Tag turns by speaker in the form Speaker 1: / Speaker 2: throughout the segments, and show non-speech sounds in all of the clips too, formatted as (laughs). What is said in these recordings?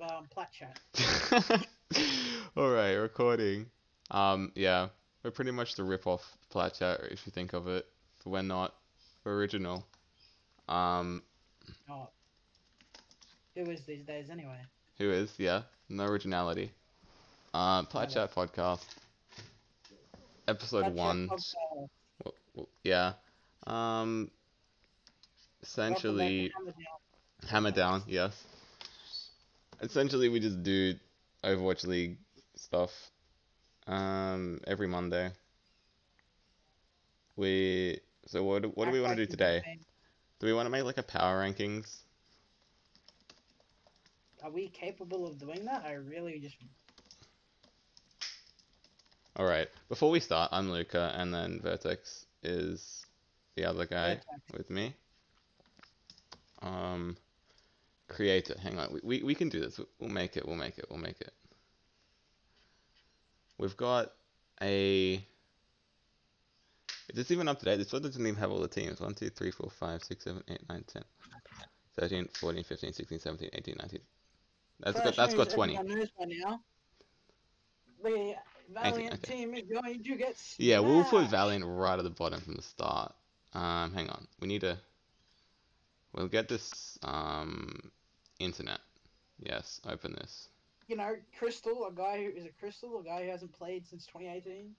Speaker 1: um, Platchat.
Speaker 2: (laughs) All right, recording. Um, yeah, we're pretty much the rip-off Flat Chat if you think of it. We're not original. Um,
Speaker 1: Oh. Who is these days anyway?
Speaker 2: who is? Yeah, no originality. Um, Flat Chat podcast, episode
Speaker 1: Flat Chat
Speaker 2: one.
Speaker 1: podcast. Welcome
Speaker 2: W- w- Yeah. Um,
Speaker 1: back to
Speaker 2: essentially,
Speaker 1: Hammer Down.
Speaker 2: hammer down. Yes. Essentially, we just do Overwatch League stuff. Um, every Monday. We so what do- what do we
Speaker 1: Act
Speaker 2: want
Speaker 1: like
Speaker 2: to do
Speaker 1: you've
Speaker 2: today?
Speaker 1: been-
Speaker 2: Do we want to make like a power rankings?
Speaker 1: Are we capable of doing that? I really just.
Speaker 2: All right. Before we start, I'm Luca, and then Vertex is the other guy
Speaker 1: Vertex.
Speaker 2: with me. Um, creator. Hang on. We, we we can do this. We- We'll make it. We'll make it. We'll make it. We've got a. Is this even up to date? This one doesn't even have all the teams. 1, 2, 3, 4, 5, 6, 7, 8, 9, 10, 13, 14, 15, 16, 17, 18, 19. That's
Speaker 1: Fresh
Speaker 2: got, that's got
Speaker 1: news
Speaker 2: 20.
Speaker 1: everyone knows by now. The Valiant
Speaker 2: okay.
Speaker 1: team is going to get.
Speaker 2: Yeah, we'll put
Speaker 1: smashed.
Speaker 2: Valiant right at the bottom from the start. Um, hang on, we need to. We'll get this um, internet. Yes, open this.
Speaker 1: You know, Crystal, a guy who is a Crystal, a guy who hasn't played since 2018.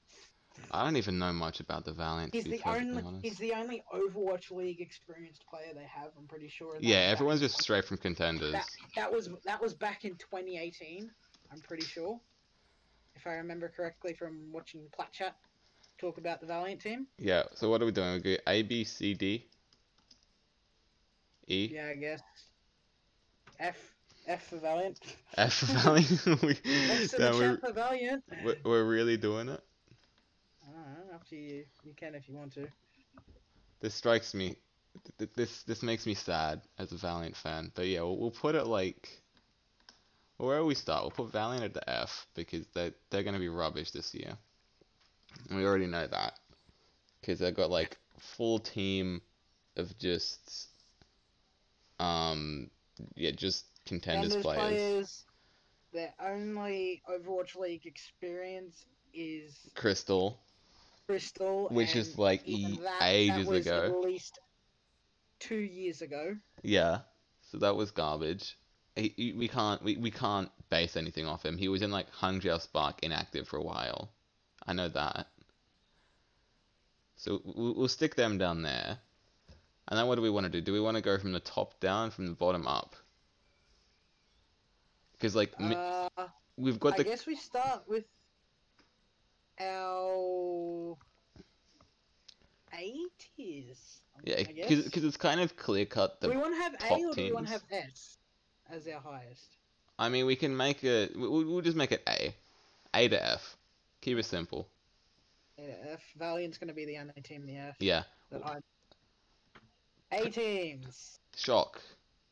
Speaker 2: I don't even know much about the Valiant.
Speaker 1: He's
Speaker 2: to be
Speaker 1: the
Speaker 2: perfectly
Speaker 1: only
Speaker 2: honest.
Speaker 1: he's the only Overwatch League experienced player they have. I'm pretty sure. and that
Speaker 2: Yeah,
Speaker 1: was back-
Speaker 2: everyone's just straight from contenders.
Speaker 1: That, that was that was back in 2018. I'm pretty sure, if I remember correctly from watching Plat Chat talk about the Valiant team.
Speaker 2: Yeah. So what are we doing? We go A B C D E
Speaker 1: Yeah, I guess. F F for
Speaker 2: (laughs)
Speaker 1: Valiant.
Speaker 2: F for Valiant. (laughs) we,
Speaker 1: X to the
Speaker 2: then
Speaker 1: chat
Speaker 2: we're,
Speaker 1: for
Speaker 2: (laughs)
Speaker 1: Valiant.
Speaker 2: we're we're really doing it.
Speaker 1: I don't know, up to you. You can if you want to.
Speaker 2: This strikes me. th- th- This this makes me sad as a Valiant fan. But yeah, we'll, we'll put it like. Well, where will we start? We'll put Valiant at the F because they they're gonna be rubbish this year. And we already know that because they've got like full team of just um yeah just contenders
Speaker 1: Contenders
Speaker 2: players.
Speaker 1: players. Their only Overwatch League experience is
Speaker 2: Crystal,
Speaker 1: Crystal,
Speaker 2: which is
Speaker 1: and
Speaker 2: like
Speaker 1: even
Speaker 2: e-
Speaker 1: that,
Speaker 2: ages
Speaker 1: that was
Speaker 2: ago.
Speaker 1: At least two years ago.
Speaker 2: Yeah. So that was garbage. He, he- we can't we, we can't base anything off him. He was in like Hangzhou Spark inactive for a while. I know that. So we'll, we'll stick them down there. And then what do we want to do? Do we want to go from the top down, from the bottom up? Because like mi-
Speaker 1: Uh,
Speaker 2: we've got
Speaker 1: I
Speaker 2: the
Speaker 1: guess we start with our eighties.
Speaker 2: yeah,
Speaker 1: I guess.
Speaker 2: because it's kind of clear cut.
Speaker 1: do we
Speaker 2: The
Speaker 1: want to have A
Speaker 2: top
Speaker 1: or do we want to have
Speaker 2: teams.
Speaker 1: S as our highest?
Speaker 2: I mean we can make it. we- We'll, we'll just make it A, A to F. Keep it simple.
Speaker 1: Yeah, F Uh, Valiant's going to be the only team in the F
Speaker 2: Yeah.
Speaker 1: that I. A teams:
Speaker 2: Shock.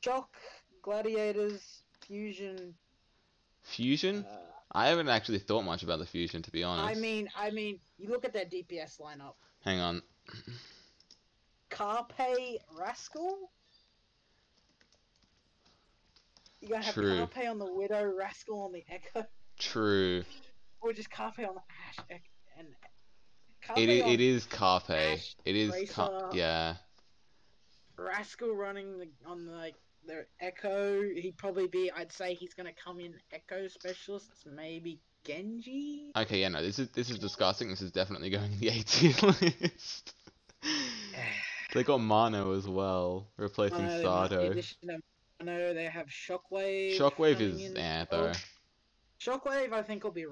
Speaker 1: Jock, Gladiators, Fusion.
Speaker 2: Fusion.
Speaker 1: Uh,
Speaker 2: I haven't actually thought much about the fusion, to be
Speaker 1: I
Speaker 2: honest.
Speaker 1: mean, I mean, you look at their DPS lineup:
Speaker 2: Hang on.
Speaker 1: Carpe Rascal. You gotta have
Speaker 2: True.
Speaker 1: Carpe on the Widow, Rascal on the Echo,
Speaker 2: True.
Speaker 1: or just Carpe on the Ash Ec- and Carpe
Speaker 2: It is,
Speaker 1: on
Speaker 2: it is Carpe.
Speaker 1: Ash,
Speaker 2: It is Car-
Speaker 1: Racer.
Speaker 2: yeah.
Speaker 1: Rascal running the, on like the Echo. He'd probably be. I'd say he's gonna come in Echo specialists, maybe
Speaker 2: (sighs)
Speaker 1: Genji.
Speaker 2: Okay, yeah, no, this is this is disgusting. This is definitely going in the (laughs) 18
Speaker 1: (laughs)
Speaker 2: list. they got Mano as well, replacing
Speaker 1: Mono, they must be
Speaker 2: Sardo.
Speaker 1: addition of Mono, they have Shockwave.
Speaker 2: Shockwave
Speaker 1: coming
Speaker 2: is
Speaker 1: in Oh.
Speaker 2: eh,
Speaker 1: as
Speaker 2: though.
Speaker 1: well. Shockwave, I think, will be a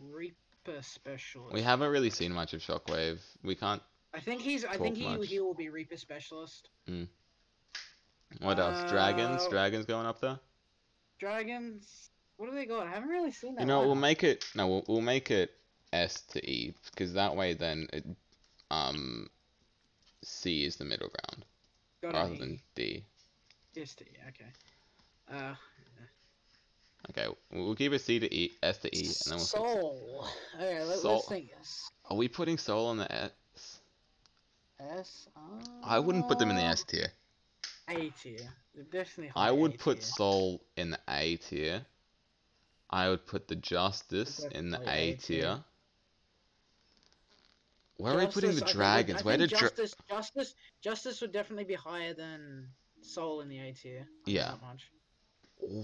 Speaker 1: Reaper specialist.
Speaker 2: We haven't really seen much of Shockwave. We can't.
Speaker 1: I think he's. I
Speaker 2: talked
Speaker 1: think he,
Speaker 2: much.
Speaker 1: he will be Reaper specialist.
Speaker 2: What else? Dragons?
Speaker 1: Uh,
Speaker 2: Dragons going up there?
Speaker 1: Dragons. What do they got? I haven't really seen that.
Speaker 2: You know, what, we'll
Speaker 1: lineup.
Speaker 2: make it no, we'll, we'll make it S to E because that way then it, um C is the middle ground
Speaker 1: Got
Speaker 2: rather
Speaker 1: any-
Speaker 2: than D.
Speaker 1: just okay. Uh,
Speaker 2: Okay, we'll we'll keep it C to E, S to E, and then we'll. fix it.
Speaker 1: Uh, Soul. Okay, let,
Speaker 2: Soul.
Speaker 1: let's think. S.
Speaker 2: Are we putting Soul on the S?
Speaker 1: S. Uh,
Speaker 2: I wouldn't put them in the S tier.
Speaker 1: A tier. They're definitely.
Speaker 2: I
Speaker 1: high
Speaker 2: would
Speaker 1: A
Speaker 2: put
Speaker 1: tier.
Speaker 2: Soul in the A tier. I would put the Justice in the
Speaker 1: Definitely
Speaker 2: A
Speaker 1: A tier.
Speaker 2: tier. Where are we putting
Speaker 1: Justice, I
Speaker 2: the
Speaker 1: think-
Speaker 2: dragons?
Speaker 1: I
Speaker 2: Where
Speaker 1: think
Speaker 2: did dra-
Speaker 1: Justice, Justice, Justice would definitely be higher than Soul in the A tier. I know
Speaker 2: Yeah.
Speaker 1: that much.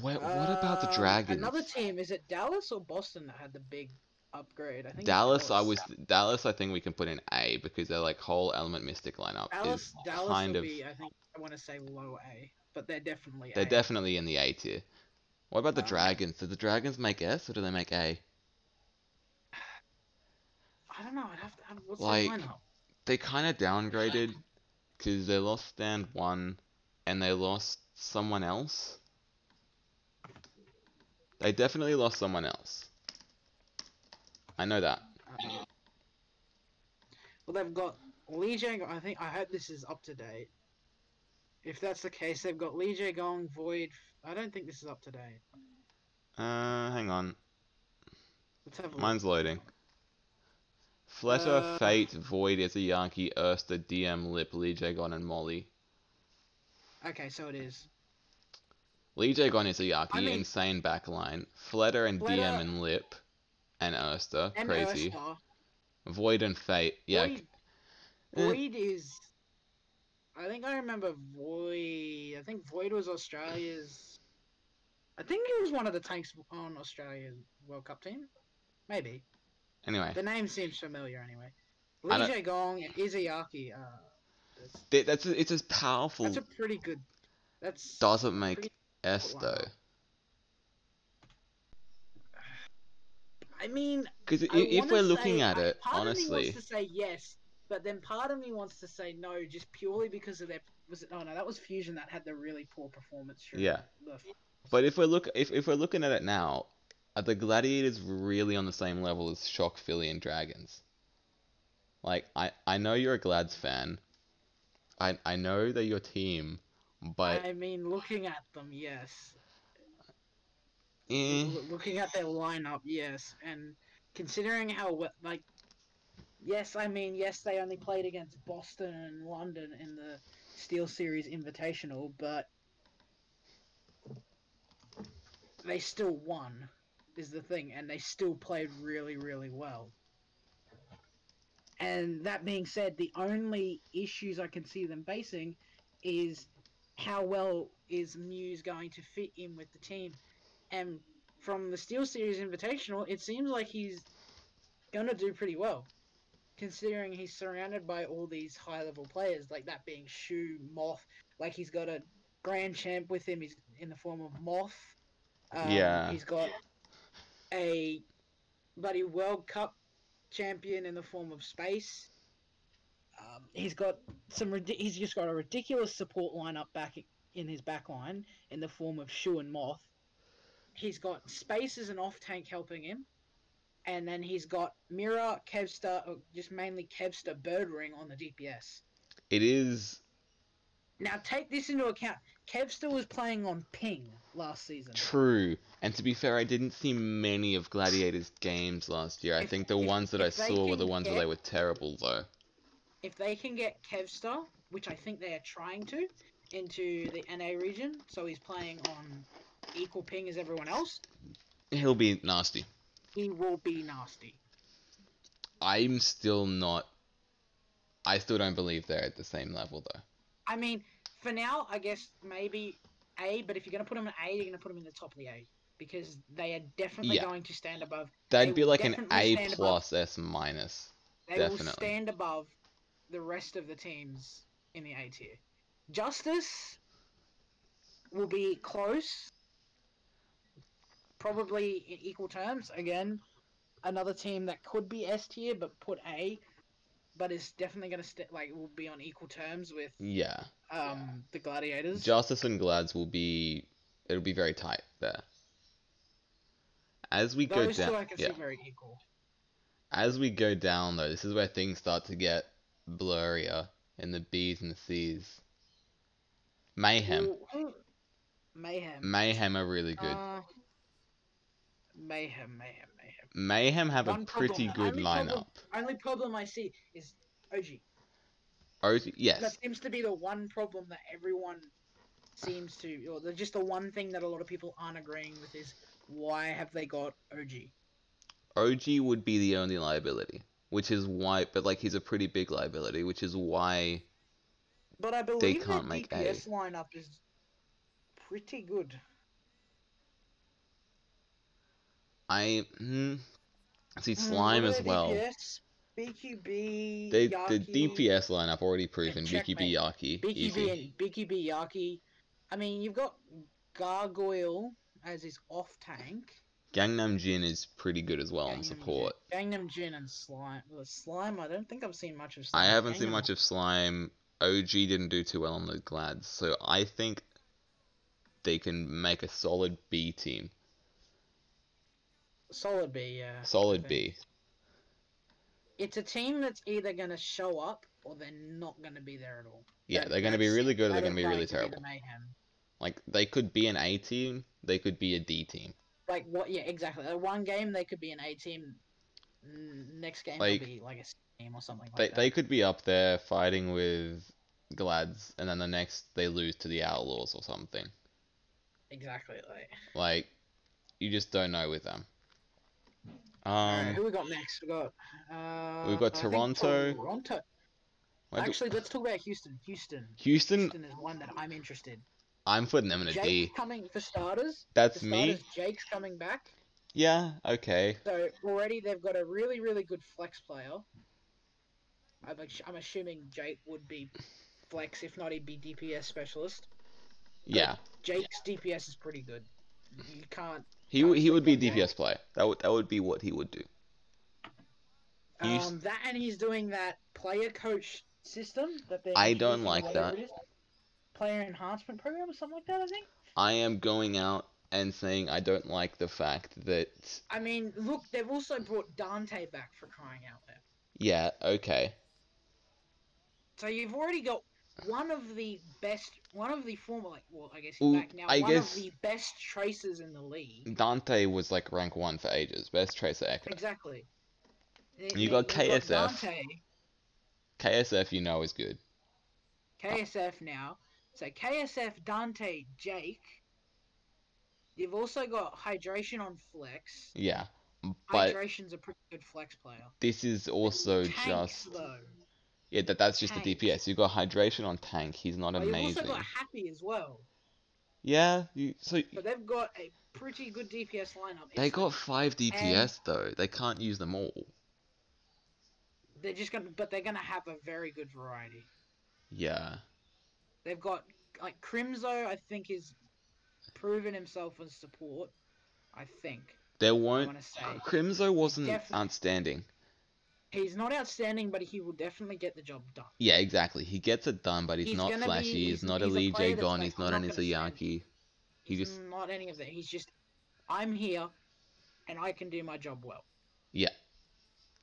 Speaker 2: where, what about the
Speaker 1: Um,
Speaker 2: dragons?
Speaker 1: Another team is it Dallas or Boston that had the big upgrade? I think it's
Speaker 2: Dallas, I was Dallas. I think we can put in A because their like whole Element Mystic lineup
Speaker 1: Dallas.
Speaker 2: is
Speaker 1: Dallas
Speaker 2: kind
Speaker 1: would
Speaker 2: of
Speaker 1: be. I think I want to say low A, but they're definitely.
Speaker 2: they're
Speaker 1: A.
Speaker 2: definitely in the A tier. What about the
Speaker 1: Um,
Speaker 2: dragons? Do the dragons make S or do they make A?
Speaker 1: I don't know. I'd have to. I'd- What's
Speaker 2: Like-
Speaker 1: their lineup?
Speaker 2: They kind of downgraded because they lost Stand One and they lost someone else. They definitely lost someone else. I know that.
Speaker 1: Uh, well, they've got Lee Jae. Go- I think. I hope this is up to date. If that's the case, they've got Lee Jae Gong, Void. I don't think this is up to date.
Speaker 2: Uh, hang on.
Speaker 1: Let's have a look.
Speaker 2: Mine's loading. Flutter,
Speaker 1: Uh,
Speaker 2: Fate, Void, Yankee, Erster, DM, Lip, Lee Jagon, and Molly.
Speaker 1: Okay, so it is.
Speaker 2: Lee Jagon is a Yaki,
Speaker 1: I mean-
Speaker 2: insane backline. Flutter and
Speaker 1: Flutter-
Speaker 2: DM and Lip, and Erster,
Speaker 1: And
Speaker 2: crazy.
Speaker 1: Urstar.
Speaker 2: Void and Fate, yeah.
Speaker 1: Void,
Speaker 2: Eh.
Speaker 1: Void is. I think I remember Void. I think Void was Australia's. I think it was one of the tanks on Australia's World Cup team. Maybe.
Speaker 2: Anyway,
Speaker 1: The name seems familiar anyway. Lee
Speaker 2: Eh. I don't-
Speaker 1: Jae Gong and Izayaki. Uh, that's,
Speaker 2: th- that's it's as powerful.
Speaker 1: that's a pretty good. That's.
Speaker 2: Doesn't make
Speaker 1: pretty-
Speaker 2: S
Speaker 1: wow.
Speaker 2: though,
Speaker 1: I mean,
Speaker 2: because
Speaker 1: I
Speaker 2: if
Speaker 1: wanna
Speaker 2: we're looking
Speaker 1: say-
Speaker 2: at
Speaker 1: I-
Speaker 2: it
Speaker 1: part of me
Speaker 2: honestly,
Speaker 1: wants to say yes, but then part of me wants to say no, just purely because of their was it? Oh no, that was Fusion that had the really poor performance. during
Speaker 2: Yeah.
Speaker 1: the f-
Speaker 2: but if we're look if, if we're looking at it now, are the gladiators really on the same level as Shock, Philly, and Dragons? Like I I know you're a Glads fan, I I know they're your team, but
Speaker 1: I mean, looking at them, yes.
Speaker 2: eh,
Speaker 1: L- looking at their lineup, yes, and considering how well, like, yes, I mean, yes, they only played against Boston and London in the Steel Series Invitational, but they still won, is the thing, and they still played really, really well. And that being said, the only issues I can see them facing is how well is Muse going to fit in with the team. And from the Steel Series Invitational, it seems like he's gonna do pretty well, considering he's surrounded by all these high-level players, like that being Shu, Moth. Like he's got a grand champ with him. He's in the form of Moth. Um,
Speaker 2: Yeah.
Speaker 1: He's got a bloody World Cup champion in the form of Space. Um, he's got some. Ridi- he's just got a ridiculous support lineup back in his back line in the form of Shu and Moth. He's got Space as an off tank helping him. And then he's got Mira, Kevster, or just mainly Kevster Birdring on the DPS.
Speaker 2: it is
Speaker 1: Now take this into account. Kevster was playing on ping last season.
Speaker 2: True. And to be fair, I didn't see many of Gladiator's games last year. I
Speaker 1: If-
Speaker 2: think the
Speaker 1: if-
Speaker 2: ones that I
Speaker 1: if they
Speaker 2: saw were the
Speaker 1: can
Speaker 2: ones where they
Speaker 1: get-
Speaker 2: were terrible, though.
Speaker 1: If they can get Kevster, which I think they are trying to, into the NA region, so he's playing on equal ping as everyone else,
Speaker 2: He'll be nasty.
Speaker 1: he will be nasty.
Speaker 2: I'm still not. I still don't believe they're at the same level, though.
Speaker 1: I mean, for now, I guess maybe A, but if you're going to put them in A, you're going to put them in the top of the A because they are definitely
Speaker 2: Yeah.
Speaker 1: going to stand above.
Speaker 2: That'd be
Speaker 1: will
Speaker 2: like an
Speaker 1: definitely
Speaker 2: A
Speaker 1: stand above-
Speaker 2: plus S minus.
Speaker 1: They will
Speaker 2: Definitely.
Speaker 1: stand above the rest of the teams in the A tier. Justice will be close, probably in equal terms. Again, another team that could be S tier, but put A, but is definitely going to st- like will be on equal terms with
Speaker 2: Yeah.
Speaker 1: um the Gladiators.
Speaker 2: Justice and Glads will be. It'll be very tight there. As we
Speaker 1: Those
Speaker 2: go
Speaker 1: two
Speaker 2: down.
Speaker 1: I can
Speaker 2: yeah.
Speaker 1: see very equal.
Speaker 2: As we go down, though, this is where things start to get blurrier in the B's and the C's. Mayhem.
Speaker 1: Who- who- Mayhem.
Speaker 2: Mayhem are really good.
Speaker 1: Uh, mayhem, mayhem, mayhem.
Speaker 2: Mayhem have a
Speaker 1: one
Speaker 2: pretty
Speaker 1: problem-
Speaker 2: good
Speaker 1: only
Speaker 2: lineup.
Speaker 1: problem- Only problem I see is OG.
Speaker 2: Oh,
Speaker 1: That
Speaker 2: yes.
Speaker 1: seems to be the one problem that everyone seems to, or the, just the one thing that a lot of people aren't agreeing with is why have they got OG?
Speaker 2: OG would be the only liability, which is why. But like, he's a pretty big liability, which is why.
Speaker 1: But I believe
Speaker 2: can't
Speaker 1: the
Speaker 2: make
Speaker 1: DPS lineup is pretty good.
Speaker 2: I mm, see
Speaker 1: Mm,
Speaker 2: slime
Speaker 1: what are
Speaker 2: as
Speaker 1: their
Speaker 2: well.
Speaker 1: DPS? BQB,
Speaker 2: They the
Speaker 1: Yaki,
Speaker 2: DPS lineup already proven. Vicky
Speaker 1: Checkmate.
Speaker 2: Biyaki,
Speaker 1: BQB,
Speaker 2: easy.
Speaker 1: and BQB Yaki. I mean, you've got Gargoyle as his off tank.
Speaker 2: Gangnam Jin is pretty good as well
Speaker 1: Gangnam
Speaker 2: on support.
Speaker 1: Jin, Gangnam Jin and Slime. Well, slime, I don't think I've seen much of Slime.
Speaker 2: I haven't seen
Speaker 1: Gangnam-
Speaker 2: much of slime. OG didn't do too well on the glads, so I think they can make a solid B team.
Speaker 1: Solid B, yeah.
Speaker 2: Solid
Speaker 1: Okay.
Speaker 2: B.
Speaker 1: It's a team that's either going to show up or they're not going to be there at all.
Speaker 2: Yeah,
Speaker 1: That-
Speaker 2: they're going to be
Speaker 1: that's-
Speaker 2: really good or
Speaker 1: I
Speaker 2: they're going
Speaker 1: don't
Speaker 2: to
Speaker 1: want
Speaker 2: be really
Speaker 1: it to the
Speaker 2: terrible.
Speaker 1: mayhem.
Speaker 2: Like they could be an A team, they could be a D team.
Speaker 1: Like what? Yeah, exactly. Like one game they could be an A team. n- Next game
Speaker 2: Like-
Speaker 1: they'll be like a C team or something like
Speaker 2: They
Speaker 1: that.
Speaker 2: they could be up there fighting with glads, and then the next they lose to the outlaws or something.
Speaker 1: Exactly. Like.
Speaker 2: Like you just don't know with them.
Speaker 1: All right,
Speaker 2: Um,
Speaker 1: who we got next? We got. Uh,
Speaker 2: We've got
Speaker 1: I think
Speaker 2: Toronto.
Speaker 1: Toronto.
Speaker 2: where do-
Speaker 1: Actually, let's talk about Houston. Houston.
Speaker 2: Houston,
Speaker 1: Houston is one that I'm interested.
Speaker 2: I'm putting them in a D.
Speaker 1: Jake's coming for starters. For
Speaker 2: That's me.
Speaker 1: starters, Jake's coming back.
Speaker 2: Yeah. Okay.
Speaker 1: So already they've got a really, really good flex player. I'm, ass- I'm assuming Jake would be flex, if not, he'd be DPS specialist.
Speaker 2: Yeah.
Speaker 1: Jake's DPS is pretty good. You can't.
Speaker 2: He w- he would be a
Speaker 1: Okay.
Speaker 2: DPS player. That would that would be what he would do. He's-
Speaker 1: Um, that and he's doing that player coach system that they.
Speaker 2: I don't like that.
Speaker 1: Player enhancement program or something like that. I think.
Speaker 2: I am going out and saying I don't like the fact that
Speaker 1: I mean, look, they've also brought Dante back for crying out loud.
Speaker 2: yeah okay
Speaker 1: So you've already got one of the best, one of the former, like, well, I guess he's
Speaker 2: Ooh,
Speaker 1: back now.
Speaker 2: I
Speaker 1: one
Speaker 2: guess-
Speaker 1: of the best tracers in the league.
Speaker 2: Dante was like rank one for ages best tracer echo.
Speaker 1: Exactly.
Speaker 2: You got
Speaker 1: you've
Speaker 2: KSF.
Speaker 1: Dante,
Speaker 2: KSF you know is good.
Speaker 1: KSF now. So KSF, Dante, Jake. You've also got hydration on flex.
Speaker 2: Yeah, but
Speaker 1: Hydration's a pretty good flex player.
Speaker 2: this is also
Speaker 1: Tanks,
Speaker 2: just
Speaker 1: though.
Speaker 2: yeah that that's just the
Speaker 1: Tank.
Speaker 2: DPS. You got hydration on tank. He's not
Speaker 1: But you've also
Speaker 2: amazing.
Speaker 1: got happy as well.
Speaker 2: Yeah, you so
Speaker 1: But they've got a pretty good DPS lineup.
Speaker 2: they
Speaker 1: It's-
Speaker 2: got five DPS though. They can't use them all.
Speaker 1: They're just gonna, but they're gonna have a very good variety.
Speaker 2: Yeah.
Speaker 1: They've got like Crimzo, I think, is proven himself as support. I think
Speaker 2: There
Speaker 1: I
Speaker 2: won't
Speaker 1: want to say
Speaker 2: Crimzo wasn't
Speaker 1: Defi-
Speaker 2: outstanding.
Speaker 1: he's not outstanding, but he will definitely get the job done.
Speaker 2: Yeah, exactly. He gets it done, but he's,
Speaker 1: He's
Speaker 2: not
Speaker 1: gonna be-
Speaker 2: flashy. he's,
Speaker 1: he's-
Speaker 2: not
Speaker 1: he's
Speaker 2: a
Speaker 1: a
Speaker 2: Lee
Speaker 1: player
Speaker 2: J.
Speaker 1: that's
Speaker 2: Gon.
Speaker 1: like,
Speaker 2: He's not
Speaker 1: I'm
Speaker 2: an
Speaker 1: not gonna stand.
Speaker 2: Isayaki. He
Speaker 1: He's
Speaker 2: just-
Speaker 1: Mm, not any of that. He's just, I'm here, and I can do my job well.
Speaker 2: Yeah.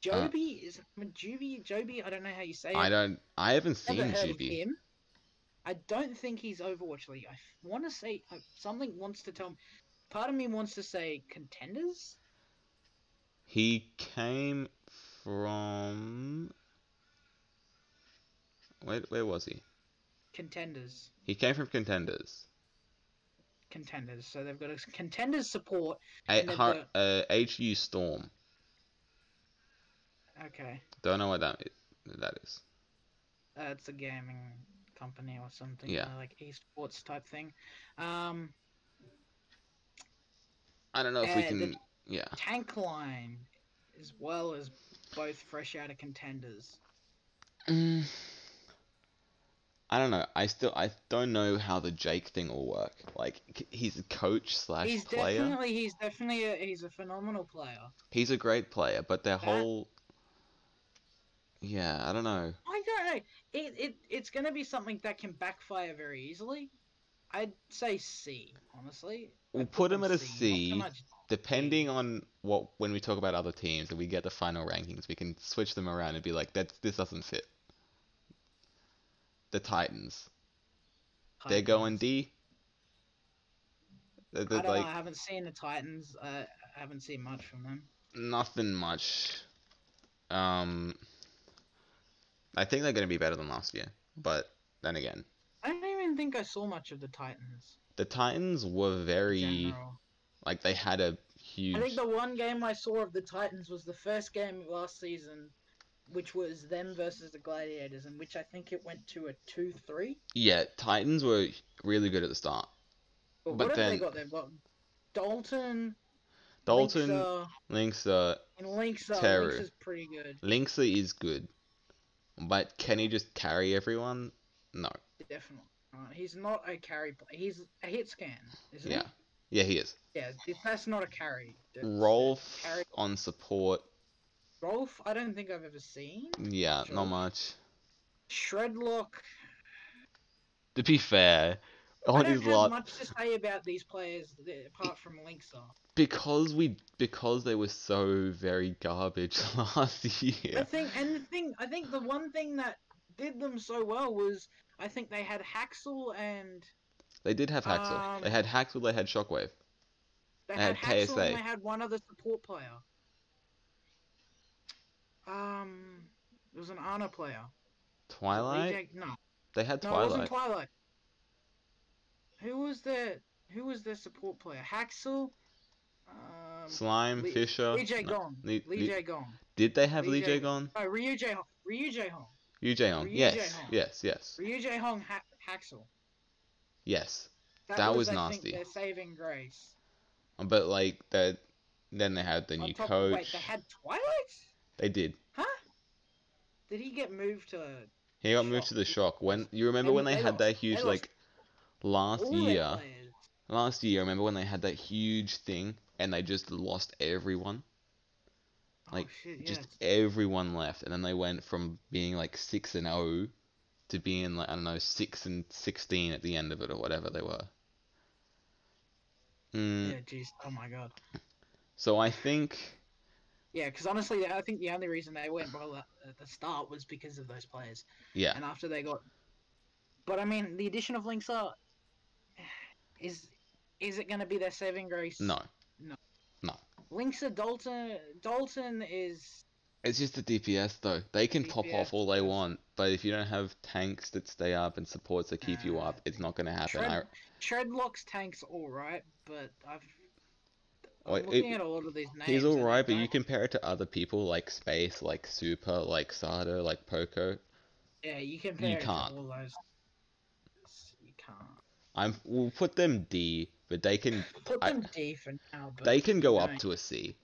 Speaker 2: Uh,
Speaker 1: Joby is Joby. Joby. I don't know how you say it.
Speaker 2: I don't. I haven't
Speaker 1: Never
Speaker 2: seen
Speaker 1: heard of
Speaker 2: GB.
Speaker 1: him. I don't think he's Overwatch League. I want to say I, something wants to tell me. Part of me wants to say contenders.
Speaker 2: He came from. Where, where was he?
Speaker 1: Contenders.
Speaker 2: He came from contenders.
Speaker 1: Contenders. So they've got a contenders support.
Speaker 2: A,
Speaker 1: And then
Speaker 2: har, uh, HU Storm.
Speaker 1: Okay.
Speaker 2: Don't know what that i- that is.
Speaker 1: Uh, it's a gaming company or something.
Speaker 2: Yeah.
Speaker 1: uh, like esports type thing. Um,
Speaker 2: I don't know if we
Speaker 1: Uh, the-
Speaker 2: can. Yeah.
Speaker 1: tank line as well as both fresh out of contenders.
Speaker 2: Mm. (sighs) I don't know. I still I don't know how the Jake thing will work. Like c- he's a coach slash
Speaker 1: He's
Speaker 2: player.
Speaker 1: definitely he's definitely a, he's a phenomenal player.
Speaker 2: He's a great player, but their
Speaker 1: That-
Speaker 2: whole yeah, I don't know.
Speaker 1: I don't know. It, it it's going to be something that can backfire very easily. I'd say C, honestly.
Speaker 2: We'll
Speaker 1: I'd
Speaker 2: put him
Speaker 1: them
Speaker 2: at a
Speaker 1: not so
Speaker 2: C.
Speaker 1: much-
Speaker 2: Depending on what when we talk about other teams and we get the final rankings, we can switch them around and be like, that this doesn't fit. The Titans, they're
Speaker 1: Titans.
Speaker 2: going D. They're,
Speaker 1: I
Speaker 2: they're
Speaker 1: don't
Speaker 2: like
Speaker 1: know. I haven't seen the Titans. Uh, I haven't seen much from them.
Speaker 2: nothing much. Um, I think they're gonna be better than last year, but then again,
Speaker 1: I don't even think I saw much of the Titans.
Speaker 2: the Titans were
Speaker 1: in
Speaker 2: very.
Speaker 1: general.
Speaker 2: Like they had a huge.
Speaker 1: I think the one game I saw of the Titans was the first game last season, which was them versus the Gladiators, in which I think it went to a two-three.
Speaker 2: Yeah, Titans were really good at the start.
Speaker 1: But,
Speaker 2: But
Speaker 1: what have
Speaker 2: then-
Speaker 1: they got? They've got Dalton,
Speaker 2: Dalton,
Speaker 1: Linksa,
Speaker 2: Linksa,
Speaker 1: and Linksa.
Speaker 2: Teru.
Speaker 1: Linksa's pretty good,
Speaker 2: Linksa is good, but can he just carry everyone? No.
Speaker 1: definitely. Uh, he's not a carry play. He's a hit scan, isn't
Speaker 2: Yeah. Yeah, he is.
Speaker 1: he? Yeah. it- That's not a carry. That's-
Speaker 2: Rolf
Speaker 1: Carry.
Speaker 2: on support.
Speaker 1: Rolf, I don't think I've ever seen.
Speaker 2: Yeah,
Speaker 1: Sure.
Speaker 2: not much.
Speaker 1: Shredlock.
Speaker 2: To be fair,
Speaker 1: I
Speaker 2: on
Speaker 1: don't
Speaker 2: his
Speaker 1: have
Speaker 2: lot
Speaker 1: much to say about these players th- apart from Linksa.
Speaker 2: because we because they were so very garbage (laughs) last
Speaker 1: I
Speaker 2: year.
Speaker 1: think, and the thing, I think the one thing that did them so well was I think they had Haxel and
Speaker 2: They did have Haxel.
Speaker 1: Um,
Speaker 2: they had Haxel. They had Shockwave.
Speaker 1: they
Speaker 2: They
Speaker 1: had
Speaker 2: had
Speaker 1: Haxel
Speaker 2: KSA.
Speaker 1: and they had one other support player. Um, it was an Ana player. Was it
Speaker 2: Twilight.
Speaker 1: Lee Jack- No,
Speaker 2: They had
Speaker 1: no, it wasn't
Speaker 2: Twilight.
Speaker 1: Twilight. Who was their Who was their support player? Haxel. Um,
Speaker 2: Slime
Speaker 1: Lee-
Speaker 2: Fisher.
Speaker 1: Lee Jae
Speaker 2: no.
Speaker 1: Gong.
Speaker 2: Lee-
Speaker 1: Lee
Speaker 2: Lee-
Speaker 1: Jae Gong.
Speaker 2: Did they have Lee
Speaker 1: Lee
Speaker 2: Jae
Speaker 1: Jae-
Speaker 2: Gong?
Speaker 1: No, Ryu Jae Hong. Ryu Jae Hong.
Speaker 2: Yu Jae Hong.
Speaker 1: Ryu Jae
Speaker 2: Yes.
Speaker 1: Hong.
Speaker 2: Yes. Yes.
Speaker 1: Ryu Jae Hong ha- Haxel.
Speaker 2: Yes. That was
Speaker 1: I
Speaker 2: nasty.
Speaker 1: Think, their saving grace.
Speaker 2: Um, But like that. Then they had the
Speaker 1: On
Speaker 2: new
Speaker 1: top-
Speaker 2: coach.
Speaker 1: Wait, they had Twilight?
Speaker 2: They did.
Speaker 1: Did he get moved to?
Speaker 2: He got moved
Speaker 1: Shock.
Speaker 2: to the shock. When you remember
Speaker 1: And
Speaker 2: when they,
Speaker 1: they
Speaker 2: had
Speaker 1: lost-
Speaker 2: that huge
Speaker 1: they lost
Speaker 2: like last
Speaker 1: all their
Speaker 2: year.
Speaker 1: players?
Speaker 2: Last year, remember when they had that huge thing and they just lost everyone? Like,
Speaker 1: oh, shit, yeah,
Speaker 2: Just
Speaker 1: it's-
Speaker 2: everyone left, and then they went from being like six and zero to being like I don't know six and sixteen at the end of it or whatever they were. Mm,
Speaker 1: yeah, jeez, oh my god.
Speaker 2: So I think
Speaker 1: Yeah, because honestly, I think the only reason they went well at- at the start was because of those players,
Speaker 2: yeah,
Speaker 1: and after they got. But I mean, the addition of Linksa (sighs) is is it going to be their saving grace?
Speaker 2: no,
Speaker 1: Linksa Dalton Dalton is
Speaker 2: it's just the DPS though. They can pop off
Speaker 1: DPS,
Speaker 2: all they
Speaker 1: yes.
Speaker 2: want, but if you don't have tanks that stay up and supports that keep you
Speaker 1: Uh,
Speaker 2: up, it's not gonna happen.
Speaker 1: Shred,
Speaker 2: I,
Speaker 1: Shredlock's tank's all right, but I've I'm
Speaker 2: Wait,
Speaker 1: looking
Speaker 2: it-
Speaker 1: at a lot of these names.
Speaker 2: He's
Speaker 1: and
Speaker 2: all
Speaker 1: I
Speaker 2: right, but you
Speaker 1: don't-
Speaker 2: compare it to other people like Space, like Super, like Sada, like Poco.
Speaker 1: Yeah, you compare it to
Speaker 2: can't.
Speaker 1: all those. Yes, You can't.
Speaker 2: I'm we'll put them D, but they can
Speaker 1: Put
Speaker 2: I-
Speaker 1: them D for now, but
Speaker 2: they can go
Speaker 1: you
Speaker 2: up
Speaker 1: know,
Speaker 2: to a C,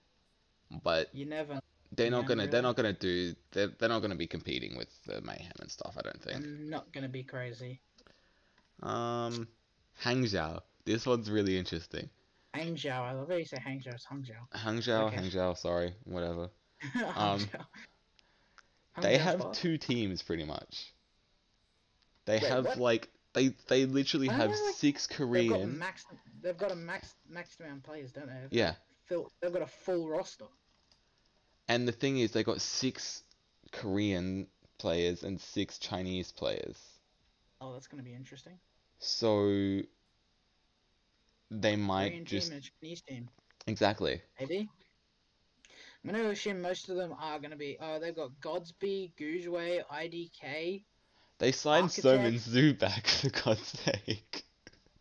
Speaker 2: but
Speaker 1: You never.
Speaker 2: they're not
Speaker 1: Yeah,
Speaker 2: gonna they're
Speaker 1: really.
Speaker 2: not gonna do they're, they're not gonna be competing with the mayhem and stuff. I don't think.
Speaker 1: I'm not gonna be crazy. Mm.
Speaker 2: Um, Hangzhou. This one's really interesting.
Speaker 1: Hangzhou. I love how you say Hangzhou. It's Hangzhou. (laughs)
Speaker 2: Hangzhou,
Speaker 1: Okay.
Speaker 2: Hangzhou. Sorry, whatever.
Speaker 1: Hangzhou.
Speaker 2: they
Speaker 1: Hangzhou's
Speaker 2: Um, have
Speaker 1: what?
Speaker 2: two teams pretty much. They
Speaker 1: Wait,
Speaker 2: have
Speaker 1: what?
Speaker 2: like they they literally
Speaker 1: I
Speaker 2: have
Speaker 1: know, like,
Speaker 2: six
Speaker 1: They've got
Speaker 2: Korean.
Speaker 1: max. They've got a max max amount of players, don't they? They've
Speaker 2: Yeah.
Speaker 1: Full, they've got a full roster.
Speaker 2: And the thing is, they got six Korean players and six Chinese players.
Speaker 1: Oh, that's gonna be interesting.
Speaker 2: So they might
Speaker 1: Korean
Speaker 2: just
Speaker 1: team and Chinese team.
Speaker 2: exactly.
Speaker 1: Maybe. I'm gonna assume most of them are gonna be. Oh, they've got Godsby, Gujwe, IDK.
Speaker 2: They signed Somin
Speaker 1: Architect.
Speaker 2: Su back (laughs) for God's sake.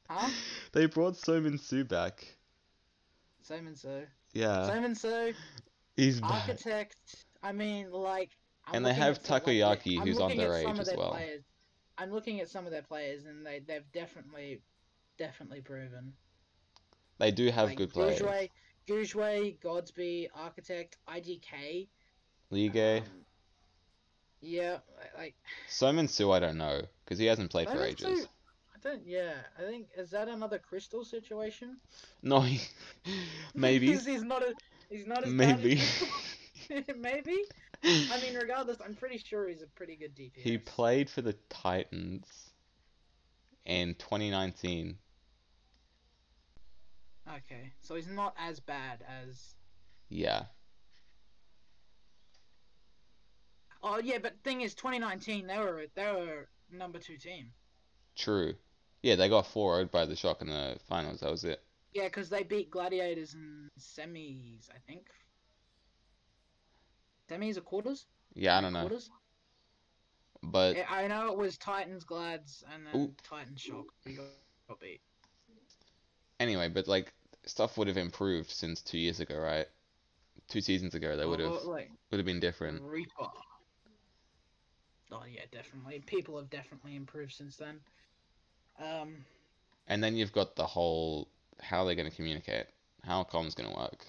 Speaker 1: Huh?
Speaker 2: They brought Somin Su back.
Speaker 1: Simon So.
Speaker 2: Yeah,
Speaker 1: Simon So.
Speaker 2: (laughs) he's back.
Speaker 1: Architect. I mean, like. I'm
Speaker 2: And they
Speaker 1: looking
Speaker 2: have
Speaker 1: at some- like,
Speaker 2: Takoyaki,
Speaker 1: I'm
Speaker 2: who's
Speaker 1: looking at
Speaker 2: underage
Speaker 1: some of
Speaker 2: as
Speaker 1: their
Speaker 2: well.
Speaker 1: Players. I'm looking at some of their players, and they they've definitely, definitely proven.
Speaker 2: They do have
Speaker 1: like,
Speaker 2: good players.
Speaker 1: Gujwe, Gujwe, Godsby, Architect, IDK.
Speaker 2: Lige,
Speaker 1: um, yeah, like
Speaker 2: Somin Su, I don't know because he hasn't played for
Speaker 1: Somin Su-
Speaker 2: ages.
Speaker 1: I don't. Yeah, I think is that another crystal situation? (laughs)
Speaker 2: No, he... maybe, (laughs)
Speaker 1: Because he's not a, he's not as
Speaker 2: maybe.
Speaker 1: bad
Speaker 2: (laughs)
Speaker 1: as- (laughs) maybe. I mean, regardless, I'm pretty sure he's a pretty good DPS.
Speaker 2: He played for the Titans in 2019.
Speaker 1: Okay, so he's not as bad as.
Speaker 2: Yeah.
Speaker 1: Oh yeah, but thing is, 2019 they were they were number two team.
Speaker 2: True. Yeah, they got 4 0 by the shock in the finals. That was it.
Speaker 1: Yeah, because they beat Gladiators in semis, I think. Semis or quarters?
Speaker 2: Yeah, I don't know.
Speaker 1: Quarters?
Speaker 2: But
Speaker 1: Yeah, I know it was Titans, Glads, and then
Speaker 2: Ooh.
Speaker 1: Titans Shock. We got got beat.
Speaker 2: anyway, but like stuff would have improved since two years ago, right? Two seasons ago, they would have
Speaker 1: Or, like
Speaker 2: would have been different.
Speaker 1: Reaper. Oh yeah, definitely. People have definitely improved since then. Um,
Speaker 2: And then you've got the whole how they're going to communicate, how comms going to work.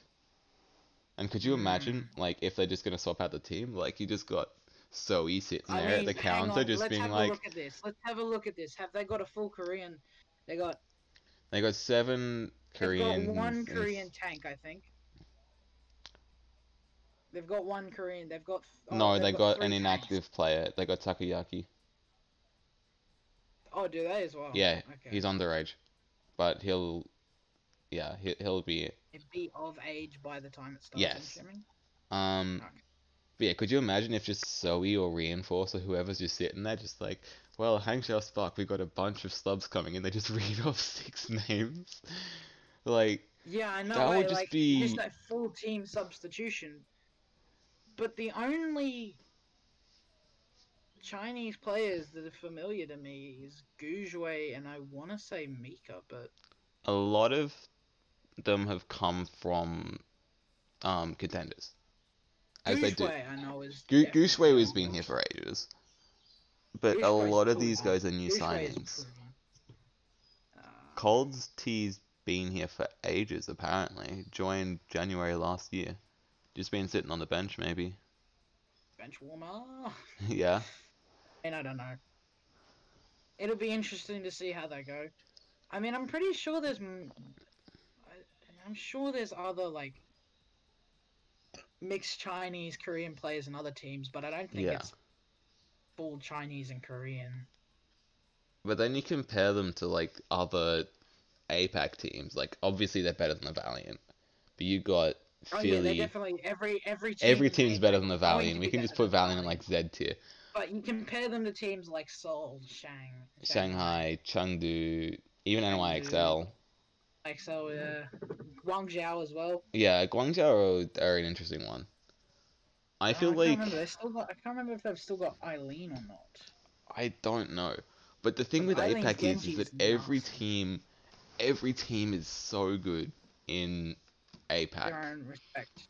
Speaker 2: And could
Speaker 1: Mm.
Speaker 2: you imagine, like, if they're just going to swap out the team? Like, you just got Soe sitting
Speaker 1: I
Speaker 2: there
Speaker 1: mean,
Speaker 2: at the
Speaker 1: hang
Speaker 2: counter,
Speaker 1: on,
Speaker 2: just
Speaker 1: let's
Speaker 2: being
Speaker 1: have a
Speaker 2: like,
Speaker 1: look at this. Let's have a look at this. Have they got a full Korean? They got
Speaker 2: they got seven
Speaker 1: They've
Speaker 2: Koreans.
Speaker 1: got one
Speaker 2: and-
Speaker 1: Korean tank, I think. They've got one Korean. They've got oh,
Speaker 2: No,
Speaker 1: they've
Speaker 2: they got an
Speaker 1: three tanks.
Speaker 2: inactive player. They got Takayaki.
Speaker 1: Oh, do they as well?
Speaker 2: Yeah,
Speaker 1: okay.
Speaker 2: he's underage, but he'll, yeah, he, he'll be
Speaker 1: It'd be of age by the time it starts. I'm
Speaker 2: Yes.
Speaker 1: assuming.
Speaker 2: Um,
Speaker 1: Okay.
Speaker 2: but yeah, could you imagine if just Zoe or Reinforce or whoever's just sitting there, just like, well, Hangzhou Spark, we've got a bunch of slubs coming, and they just (laughs) read off six names? Like,
Speaker 1: Yeah, I know.
Speaker 2: That would
Speaker 1: eh,
Speaker 2: just
Speaker 1: like,
Speaker 2: be-
Speaker 1: just that full team substitution. But the only Chinese players that are familiar to me is Guzue and I want to say Mika, but
Speaker 2: a lot of them have come from um, contenders. As they do.
Speaker 1: Guzue I know is.
Speaker 2: Go-
Speaker 1: definitely
Speaker 2: Gooseway has
Speaker 1: on
Speaker 2: been
Speaker 1: the
Speaker 2: here for ages. But a
Speaker 1: Gooseway's
Speaker 2: lot of
Speaker 1: cool.
Speaker 2: these guys are new
Speaker 1: Goose Ray is
Speaker 2: signings.
Speaker 1: improving. Uh,
Speaker 2: Cold's Tea's been here for ages, apparently. Joined January last year. Just been sitting on the bench, maybe. (laughs)
Speaker 1: bench warmer. (laughs)
Speaker 2: yeah.
Speaker 1: And I don't know. It'll be interesting to see how they go. I mean, I'm pretty sure there's. m- I- I'm sure there's other like mixed Chinese Korean players and other teams, but I don't think
Speaker 2: Yeah.
Speaker 1: it's full Chinese and Korean.
Speaker 2: But then you compare them to, like, other APAC teams. Like, obviously they're better than the Valiant. But you got
Speaker 1: Oh yeah, they're
Speaker 2: Philly.
Speaker 1: definitely every every team.
Speaker 2: Every
Speaker 1: in
Speaker 2: team's
Speaker 1: APAC
Speaker 2: better than the
Speaker 1: is going to
Speaker 2: Valiant. We
Speaker 1: be
Speaker 2: can
Speaker 1: better
Speaker 2: just put
Speaker 1: than
Speaker 2: Valiant in, like, Z tier.
Speaker 1: But you compare them to teams like Seoul, Shang,
Speaker 2: Shanghai, Chengdu, even
Speaker 1: Chengdu.
Speaker 2: NYXL.
Speaker 1: like so, uh, Guangzhou as well.
Speaker 2: Yeah, Guangzhou are, are an interesting one. I
Speaker 1: Oh,
Speaker 2: feel
Speaker 1: I
Speaker 2: like
Speaker 1: can't remember. They still got, I can't remember if they've still got Eileen or not.
Speaker 2: I don't know. But the thing
Speaker 1: But
Speaker 2: with
Speaker 1: I think
Speaker 2: APAC is,
Speaker 1: Genji
Speaker 2: is
Speaker 1: is
Speaker 2: that every
Speaker 1: nasty.
Speaker 2: team, every team is so good in
Speaker 1: Their
Speaker 2: APAC.
Speaker 1: own respect.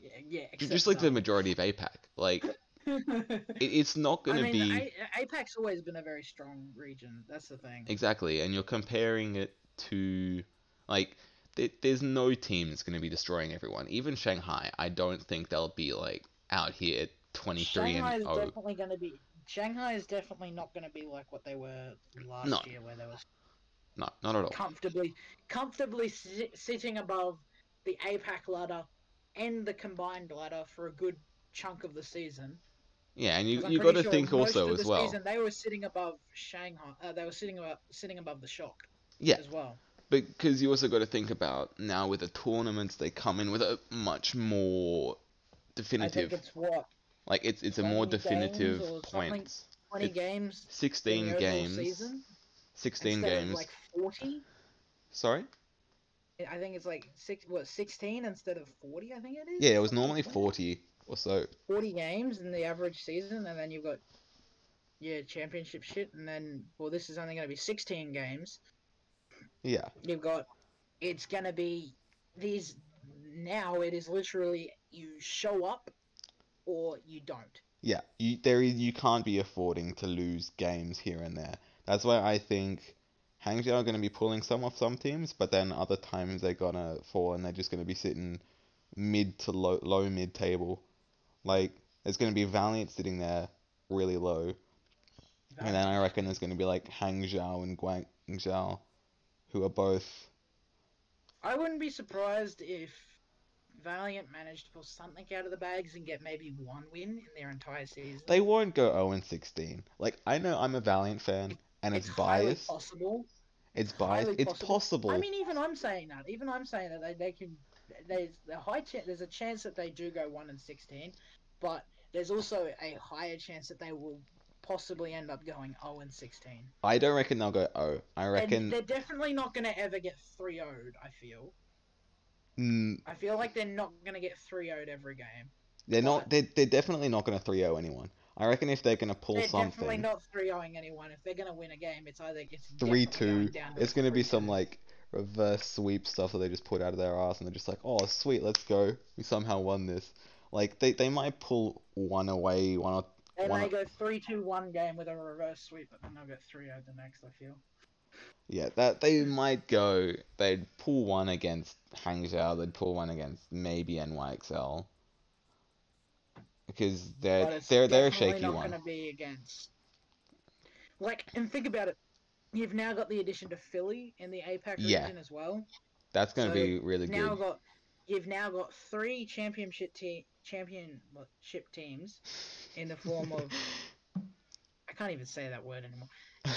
Speaker 1: Yeah, yeah.
Speaker 2: Ju-
Speaker 1: Except
Speaker 2: Just like the
Speaker 1: Zara. (laughs)
Speaker 2: majority of APAC. Like it, it's not
Speaker 1: I
Speaker 2: gonna
Speaker 1: mean,
Speaker 2: be
Speaker 1: A- APAC's always been a very strong region. That's the thing.
Speaker 2: exactly, and you're comparing it to like th- there's no team that's gonna be destroying everyone. Even Shanghai, I don't think they'll be like out here at 23
Speaker 1: Shanghai
Speaker 2: and oh,
Speaker 1: is
Speaker 2: 0.
Speaker 1: definitely going to be. Shanghai is definitely not going to be like what they were last
Speaker 2: No. Oh.
Speaker 1: year, where they were
Speaker 2: No, not at all.
Speaker 1: comfortably, comfortably si- sitting above the APAC ladder and the combined ladder for a good chunk of the season.
Speaker 2: Yeah, and you
Speaker 1: 'Cause I'm
Speaker 2: you got
Speaker 1: pretty
Speaker 2: to
Speaker 1: sure
Speaker 2: think
Speaker 1: most
Speaker 2: also
Speaker 1: of
Speaker 2: as
Speaker 1: the
Speaker 2: well.
Speaker 1: Season, they were sitting above Shanghai. Uh, they were sitting above, sitting above the shock.
Speaker 2: Yeah.
Speaker 1: As well.
Speaker 2: because you also got to think about now with the tournaments they come in with a much more
Speaker 1: I think
Speaker 2: definitive
Speaker 1: it's what
Speaker 2: like it's it's a more
Speaker 1: 20 games
Speaker 2: definitive
Speaker 1: or something.
Speaker 2: points
Speaker 1: twenty
Speaker 2: It's
Speaker 1: games.
Speaker 2: 16
Speaker 1: in the overall
Speaker 2: games
Speaker 1: Season,
Speaker 2: 16
Speaker 1: instead
Speaker 2: games
Speaker 1: Of like forty.
Speaker 2: sorry
Speaker 1: I think it's like six. What sixteen instead of forty? I think it is.
Speaker 2: yeah it was
Speaker 1: something
Speaker 2: normally
Speaker 1: like that.
Speaker 2: 40 or so
Speaker 1: Forty games in the average season, and then you've got yeah championship shit, and then well, this is only going to be sixteen games.
Speaker 2: yeah
Speaker 1: You've got it's going to be these now. It is literally you show up or you don't.
Speaker 2: yeah you there is you can't be affording to lose games here and there that's why i think Hangzhou are going to be pulling some off some teams but then other times they're going to fall and they're just going to be sitting mid to low low mid table like there's going to be valiant sitting there really low And then I reckon there's going to be like Hangzhou and Guangzhou, who are both.
Speaker 1: I wouldn't be surprised if Valiant managed to pull something out of the bags and get maybe one win in their entire season.
Speaker 2: They won't go 0 and 16. Like I know I'm a Valiant fan, and it's,
Speaker 1: highly
Speaker 2: biased.
Speaker 1: possible.
Speaker 2: It's
Speaker 1: highly
Speaker 2: biased. It's
Speaker 1: possible.
Speaker 2: possible.
Speaker 1: I mean, even I'm saying that. Even I'm saying that they, they can. There's a high chance. There's a chance that they do go one and sixteen, but there's also a higher chance that they will possibly end up going zero and sixteen.
Speaker 2: I don't reckon they'll go 0. I
Speaker 1: And
Speaker 2: reckon
Speaker 1: they're definitely not going to ever get 3 0'd, I feel.
Speaker 2: mm,
Speaker 1: I feel like they're not going to get 3 0'd every game.
Speaker 2: they're not.
Speaker 1: but-
Speaker 2: They're, they're definitely not going to 3 0 anyone. I reckon if they're going to pull
Speaker 1: They're definitely
Speaker 2: something,
Speaker 1: not 3 0'ing anyone. If they're going to win a game, it's either it's
Speaker 2: 3
Speaker 1: definitely
Speaker 2: 2,
Speaker 1: going down
Speaker 2: it's going to be
Speaker 1: 3-2.
Speaker 2: some like reverse sweep stuff that they just put out of their ass and they're just like, oh, sweet, let's go. We somehow won this. Like, they, they might pull one away, one or
Speaker 1: They
Speaker 2: Why
Speaker 1: may
Speaker 2: not?
Speaker 1: go three two one game with a reverse sweep, but then they'll get 3 0 the next, I feel.
Speaker 2: Yeah, that they might go. They'd pull one against Hangzhou. They'd pull one against maybe NYXL because
Speaker 1: but
Speaker 2: they're
Speaker 1: it's
Speaker 2: they're they're a
Speaker 1: definitely
Speaker 2: shaky
Speaker 1: not
Speaker 2: one.
Speaker 1: going to be against. Like, and think about it. You've now got the addition to Philly in the APAC
Speaker 2: Yeah.
Speaker 1: region as well.
Speaker 2: That's going
Speaker 1: so
Speaker 2: to be really
Speaker 1: now
Speaker 2: good.
Speaker 1: got you've now got three championship te- championship teams in the form
Speaker 2: (laughs)
Speaker 1: of I can't even say that word anymore.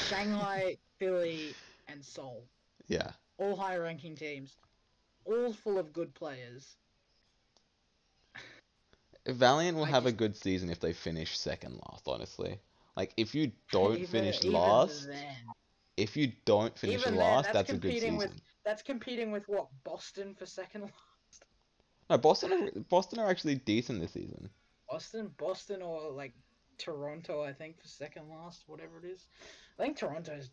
Speaker 1: Shanghai, Philly, and Seoul,
Speaker 2: yeah,
Speaker 1: all high-ranking teams, all full of good players.
Speaker 2: Valiant will
Speaker 1: I
Speaker 2: have a
Speaker 1: just-
Speaker 2: good season if they finish second last. Honestly, like if you don't
Speaker 1: Even-
Speaker 2: finish
Speaker 1: even
Speaker 2: last,
Speaker 1: then.
Speaker 2: if you don't finish
Speaker 1: Even then,
Speaker 2: last,
Speaker 1: that's
Speaker 2: that's, a good
Speaker 1: competing
Speaker 2: season.
Speaker 1: with- that's competing with what Boston for second. last?
Speaker 2: No, Boston are, Boston are actually decent this season.
Speaker 1: Boston, Boston, or like Toronto, I think for second last, whatever it is. I think Toronto's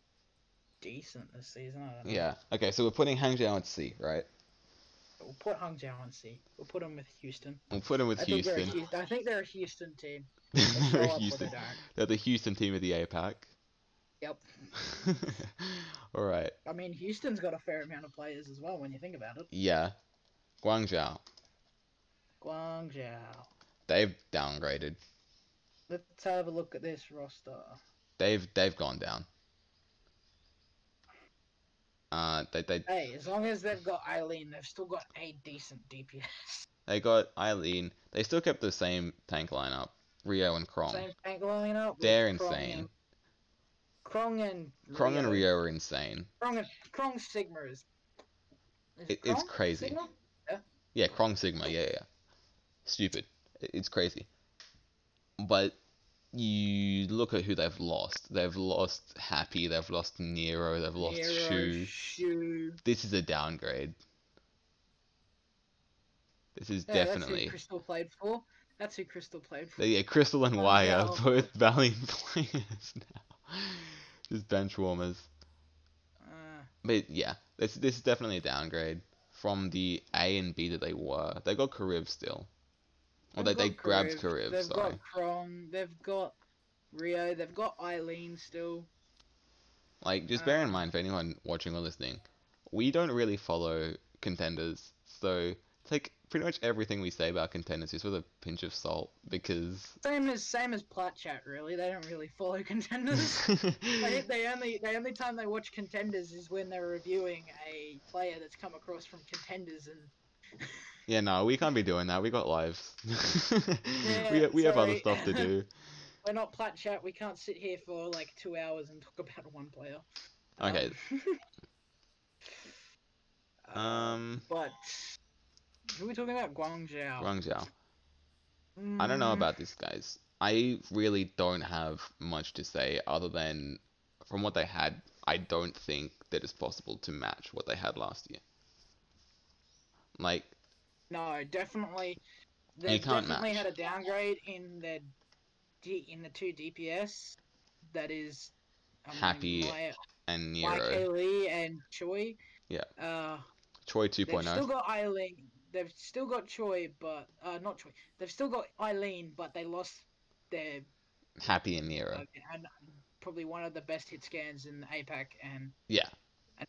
Speaker 1: decent this season. I don't know.
Speaker 2: Yeah. Okay, so we're putting Hangzhou at C, right?
Speaker 1: We'll put Hangzhou and see. We'll put them with Houston.
Speaker 2: We'll put him with
Speaker 1: I think, they're a
Speaker 2: Houston.
Speaker 1: Houston. I think they're a Houston team.
Speaker 2: (laughs) They're
Speaker 1: Show up or they
Speaker 2: Houston.
Speaker 1: don't.
Speaker 2: They're the Houston team of the APAC.
Speaker 1: Yep.
Speaker 2: (laughs) All right.
Speaker 1: I mean, Houston's got a fair amount of players as well when you think about it.
Speaker 2: Yeah. Guangzhou.
Speaker 1: Guangzhou.
Speaker 2: They've downgraded.
Speaker 1: Let's have a look at this roster.
Speaker 2: They've they've gone down. Uh, they they
Speaker 1: Hey, as long as they've got Eileen, they've still got a decent DPS.
Speaker 2: they got Eileen. They still kept the same tank lineup. Rio and Krong.
Speaker 1: Same tank lineup. with
Speaker 2: They're
Speaker 1: Krong
Speaker 2: insane.
Speaker 1: and- Krong and
Speaker 2: Krong and Rio are insane.
Speaker 1: Krong and Krong Sigma is. is
Speaker 2: It, it's
Speaker 1: Krong
Speaker 2: crazy.
Speaker 1: Sigma?
Speaker 2: Yeah, Krong Sigma. Yeah, yeah, yeah. Stupid. I- It's crazy. But you look at who they've lost. They've lost Happy. They've lost Nero. They've lost
Speaker 1: Nero,
Speaker 2: Shu.
Speaker 1: Shu.
Speaker 2: This is a downgrade. This is
Speaker 1: Yeah, That's
Speaker 2: definitely.
Speaker 1: who Crystal played for. That's who Crystal played for.
Speaker 2: Yeah, Crystal and
Speaker 1: Oh,
Speaker 2: Y are
Speaker 1: no.
Speaker 2: both (laughs) valiant players now. Just bench warmers.
Speaker 1: Uh,
Speaker 2: But yeah, this this is definitely a downgrade from the A and B that they were. They got Kariv still. Or they,
Speaker 1: they've
Speaker 2: they
Speaker 1: got
Speaker 2: grabbed
Speaker 1: Kariv,
Speaker 2: Kariv,
Speaker 1: They've
Speaker 2: sorry.
Speaker 1: got Krong. They've got Rio. They've got Eileen still.
Speaker 2: Like, just
Speaker 1: Uh,
Speaker 2: bear in mind for anyone watching or listening, we don't really follow contenders, so take pretty much everything we say about contenders just with a pinch of salt because (laughs)
Speaker 1: Same as same as Plat Chat. Really, they don't really follow (laughs) contenders. I think
Speaker 2: (laughs) yeah,
Speaker 1: the only the only time they watch contenders is when they're reviewing a player that's come across from contenders and
Speaker 2: no, we can't be doing that. We got lives. (laughs) we
Speaker 1: Yeah,
Speaker 2: we have
Speaker 1: sorry.
Speaker 2: other stuff
Speaker 1: (laughs)
Speaker 2: to do.
Speaker 1: we're not Plat Chat. We can't sit here for like two hours and talk about (laughs) one player.
Speaker 2: Okay.
Speaker 1: Um,
Speaker 2: (laughs) Um,
Speaker 1: but who are we talking about? Guangzhou.
Speaker 2: Guangzhou. I don't know
Speaker 1: Mm.
Speaker 2: about this, guys. I really don't have much to say other than from what they had. I don't think that it's possible to match what they had last year. Like,
Speaker 1: No, definitely. They
Speaker 2: can't
Speaker 1: definitely
Speaker 2: match.
Speaker 1: had a downgrade in the D, in the two DPS. That is I mean,
Speaker 2: Happy
Speaker 1: Y-
Speaker 2: and Nero,
Speaker 1: YK Lee and Choi.
Speaker 2: Yeah.
Speaker 1: Uh,
Speaker 2: Troy oh.
Speaker 1: they've still
Speaker 2: 2.0.
Speaker 1: got Eileen. They've still got Choi, but uh, not Choi. They've still got Eileen, but they lost their
Speaker 2: Happy and Nero.
Speaker 1: uh, and probably one of the best hit scans in APAC and
Speaker 2: Yeah.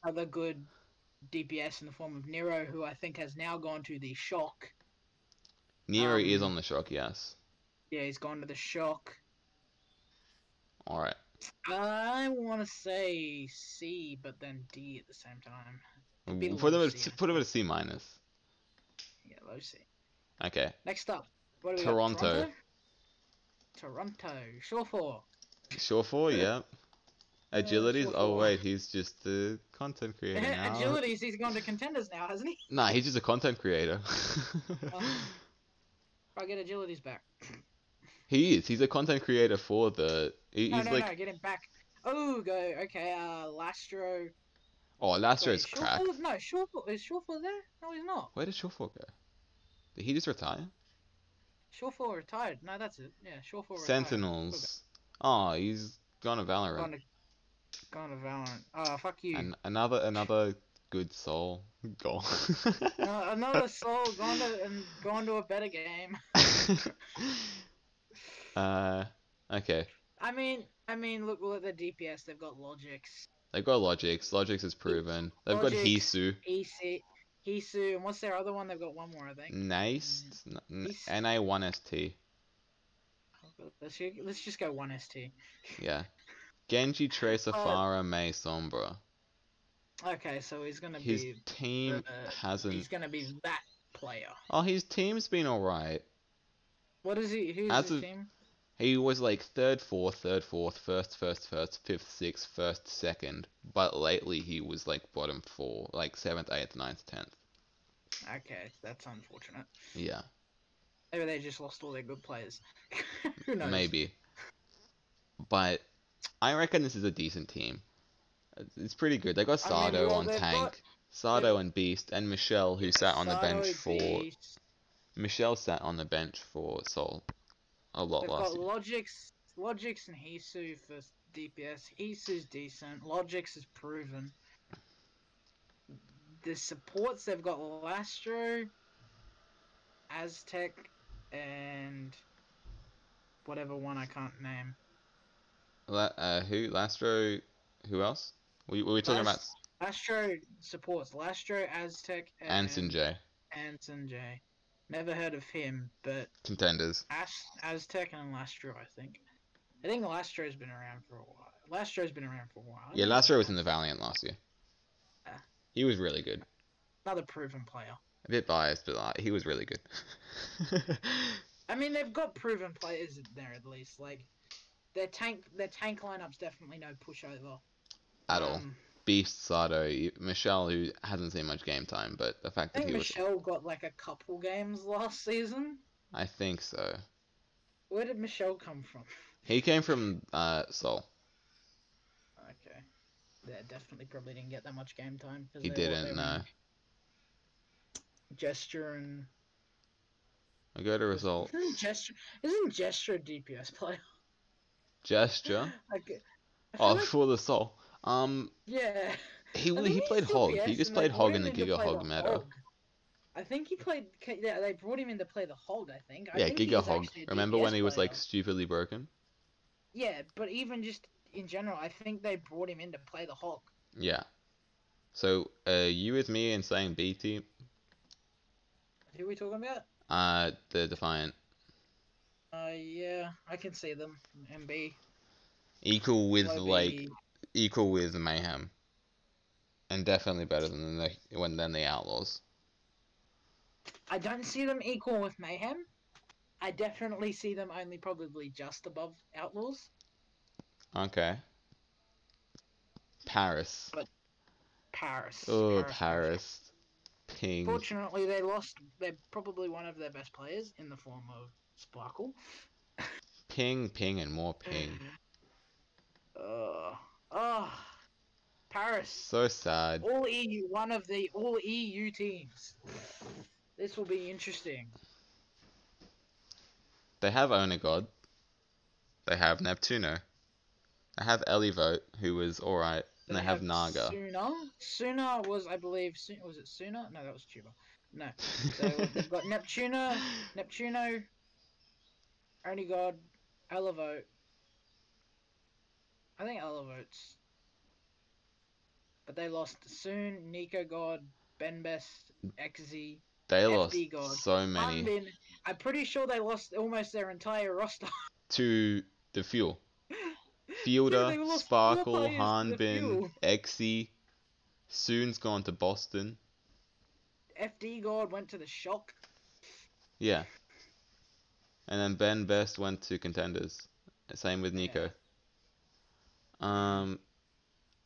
Speaker 1: another good DPS in the form of Nero, who I think has now gone to the shock.
Speaker 2: Nero is
Speaker 1: um,
Speaker 2: on the shock, yes.
Speaker 1: Yeah, he's gone to the shock.
Speaker 2: All right.
Speaker 1: I want to say C, but then D at the same time. be
Speaker 2: Put them
Speaker 1: low
Speaker 2: at,
Speaker 1: C, I
Speaker 2: put them at a C minus.
Speaker 1: Yeah, low C.
Speaker 2: Okay.
Speaker 1: Next up, what do we
Speaker 2: Toronto.
Speaker 1: Got? Toronto. Toronto. Sure for.
Speaker 2: Sure four, yeah. Agility's.
Speaker 1: sure
Speaker 2: oh
Speaker 1: four.
Speaker 2: wait, he's just the content
Speaker 1: (laughs)
Speaker 2: creator now.
Speaker 1: Agilities. He's gone to contenders now, hasn't he? (laughs)
Speaker 2: Nah, he's just a content creator. (laughs)
Speaker 1: Oh. If I get agilities back.
Speaker 2: He is. He's a content creator for the. He,
Speaker 1: No,
Speaker 2: he's
Speaker 1: no,
Speaker 2: like,
Speaker 1: no. Get him back. Oh, go. Okay. Uh, Lastro.
Speaker 2: oh, Lastro
Speaker 1: Wait,
Speaker 2: is crack.
Speaker 1: Shawful- No, Shawful is Shawful there? No, he's not.
Speaker 2: Where did Shawful go? Did he just retire?
Speaker 1: Shawful retired. No, that's it. Yeah, Shawful retired.
Speaker 2: Sentinels. Oh, he's gone to
Speaker 1: (laughs)
Speaker 2: Valorant.
Speaker 1: Gone to, gone to Valorant. Ah, fuck you.
Speaker 2: And another another good soul goal. (laughs)
Speaker 1: Uh, another soul gone to and gone to a better game.
Speaker 2: uh, okay.
Speaker 1: I mean, I mean, look, look at the DPS. They've got Logix,
Speaker 2: They've got Logix. Logix is proven. They've got
Speaker 1: Logix.
Speaker 2: Hisu.
Speaker 1: EC, Hisu, and what's their other one? They've got one more, I
Speaker 2: Mm.
Speaker 1: think.
Speaker 2: Nice.
Speaker 1: Hisu.
Speaker 2: N A one S T.
Speaker 1: Let's, ju- let's just go one ST.
Speaker 2: Yeah. Genji Tracer
Speaker 1: Uh,
Speaker 2: Farah May Sombra.
Speaker 1: Okay, so he's gonna
Speaker 2: His
Speaker 1: be
Speaker 2: team
Speaker 1: uh, he's
Speaker 2: hasn't.
Speaker 1: gonna be that player.
Speaker 2: Oh, his team's been alright.
Speaker 1: What is he? Who's
Speaker 2: As
Speaker 1: his
Speaker 2: of-
Speaker 1: team?
Speaker 2: He was like third, fourth, third, fourth, first, first, first, fifth, sixth, first, second. But lately he was like bottom four, like seventh, eighth, ninth, tenth.
Speaker 1: Okay, that's unfortunate.
Speaker 2: Yeah,
Speaker 1: Maybe they just lost all their good players. (laughs) Who knows?
Speaker 2: maybe. But I reckon this is a decent team. It's pretty good. They got
Speaker 1: I mean,
Speaker 2: Sardo
Speaker 1: well,
Speaker 2: on
Speaker 1: they've
Speaker 2: tank,
Speaker 1: got-
Speaker 2: Sardo and Beast, and Michelle who sat on the bench
Speaker 1: Sardo,
Speaker 2: for
Speaker 1: Beast,
Speaker 2: Michelle sat on the bench for Sol a lot
Speaker 1: They've got
Speaker 2: last year.
Speaker 1: Logix, Logix and Hisu for DPS. Hisu's decent. Logix is proven. The supports they've got Lastro, Aztec, and whatever one I can't name.
Speaker 2: La- uh, who Lastro? Who else? We were we talking about
Speaker 1: Last- Lastro supports Lastro, Aztec, and
Speaker 2: Anson J
Speaker 1: Anson J. Never heard of him, but
Speaker 2: contenders.
Speaker 1: Az- Aztec and Lastro, I think. I think Lastro's been around for a while. Lastro's been around for a while.
Speaker 2: Yeah, Lastro was in the Valiant last year.
Speaker 1: Ah.
Speaker 2: He was really good.
Speaker 1: Another proven player.
Speaker 2: A bit biased, but uh, he was really good. (laughs)
Speaker 1: I mean, they've got proven players in there at least. Like their tank, their tank lineup's definitely no pushover.
Speaker 2: At all.
Speaker 1: Um,
Speaker 2: Beast Sardo, Michelle, who hasn't seen much game time, but the fact
Speaker 1: I
Speaker 2: that
Speaker 1: think
Speaker 2: he was,
Speaker 1: Michelle got like a couple games last season.
Speaker 2: I think so.
Speaker 1: Where did Michelle come from? (laughs)
Speaker 2: He came from uh, Seoul.
Speaker 1: Okay. They definitely probably didn't get that much game time. 'cause
Speaker 2: He
Speaker 1: they were- they
Speaker 2: didn't. uh,
Speaker 1: were
Speaker 2: No,
Speaker 1: in Gesture and
Speaker 2: I go to result.
Speaker 1: Isn't gesture isn't gesture a DPS player?
Speaker 2: Gesture.
Speaker 1: (laughs) Like, I feel
Speaker 2: Oh,
Speaker 1: like-
Speaker 2: for the Soul. Um,
Speaker 1: yeah.
Speaker 2: he
Speaker 1: I
Speaker 2: w-
Speaker 1: think
Speaker 2: he
Speaker 1: he's
Speaker 2: played
Speaker 1: still
Speaker 2: Hog. He
Speaker 1: PS,
Speaker 2: just
Speaker 1: and
Speaker 2: played
Speaker 1: they
Speaker 2: Hog
Speaker 1: brought
Speaker 2: in the
Speaker 1: him to
Speaker 2: Giga
Speaker 1: play
Speaker 2: Hog meta.
Speaker 1: Hog. I think he played. Yeah, they brought him in to play the hog. I think. I
Speaker 2: Yeah,
Speaker 1: think he
Speaker 2: Giga
Speaker 1: is
Speaker 2: Hog.
Speaker 1: actually a
Speaker 2: Remember
Speaker 1: DPS
Speaker 2: when he was like
Speaker 1: player.
Speaker 2: stupidly broken?
Speaker 1: Yeah, but even just in general, I think they brought him in to play the hog.
Speaker 2: Yeah. So, uh, you with me and saying B team,
Speaker 1: Who are we talking about?
Speaker 2: uh, the Defiant
Speaker 1: Uh, yeah, I can see them. MB.
Speaker 2: equal with
Speaker 1: Low
Speaker 2: like
Speaker 1: BD.
Speaker 2: equal with Mayhem, and definitely better than the when than the Outlaws.
Speaker 1: I don't see them equal with Mayhem. I definitely see them only probably just above Outlaws.
Speaker 2: Okay. Paris.
Speaker 1: Paris.
Speaker 2: Oh,
Speaker 1: Paris.
Speaker 2: Paris. Ping.
Speaker 1: Fortunately, they lost. They're probably one of their best players in the form of Sparkle.
Speaker 2: Ping, ping, and more ping.
Speaker 1: Uh, oh, Paris.
Speaker 2: So sad.
Speaker 1: All EU, one of the all EU teams. This will be interesting.
Speaker 2: They have Onigod. They have Neptuno. They have Elivote, who was alright. And they, have, Naga.
Speaker 1: Suna. Suna was, I believe, Su- was it Suna? No, that was Tuba. No. So
Speaker 2: (laughs)
Speaker 1: they've got Neptuno, Neptuno, Only God, Elevote. I think Elevote's. But they lost Soon, Nico God, Benbest, XZ,
Speaker 2: they
Speaker 1: FD
Speaker 2: lost
Speaker 1: God.
Speaker 2: so many
Speaker 1: Unbin. I'm pretty sure they lost almost their entire roster. (laughs)
Speaker 2: to the Fuel.
Speaker 1: Yeah,
Speaker 2: Fielder,
Speaker 1: they lost four
Speaker 2: Sparkle,
Speaker 1: players to the
Speaker 2: Hanbin,
Speaker 1: Fuel.
Speaker 2: Exi. Soon's gone to Boston.
Speaker 1: FD God went to the shock.
Speaker 2: Yeah. And then Ben Best went to contenders. Same with Nico. Um,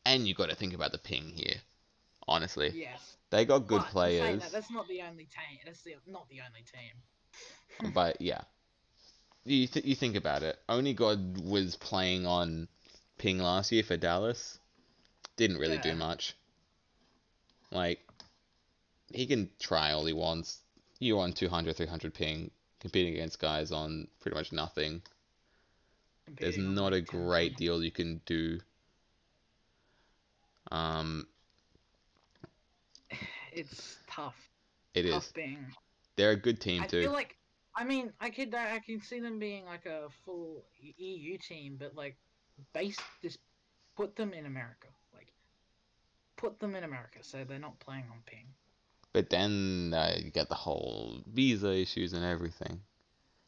Speaker 2: and you got to think about the ping here. Honestly,
Speaker 1: Yes.
Speaker 2: they got good
Speaker 1: But in saying
Speaker 2: players,
Speaker 1: That, that's not the only team. That's the, not the only team.
Speaker 2: Mm. but yeah, you th- you think about it. Only God was playing on ping last year for Dallas. Didn't really do
Speaker 1: Yeah.
Speaker 2: much. Like, he can try all he wants. You're on 200, 300 ping, competing against guys on pretty much nothing. there's
Speaker 1: competing on
Speaker 2: not
Speaker 1: the
Speaker 2: a
Speaker 1: team.
Speaker 2: great deal you can do. Um,
Speaker 1: (laughs) it's tough.
Speaker 2: It
Speaker 1: tough
Speaker 2: is.
Speaker 1: being.
Speaker 2: They're a good team
Speaker 1: Oh. I
Speaker 2: too.
Speaker 1: feel like I mean I could I can see them being like a full EU team, but like base just put them in America, like put them in America, so they're not playing on ping.
Speaker 2: But then uh, you got the whole visa issues and everything.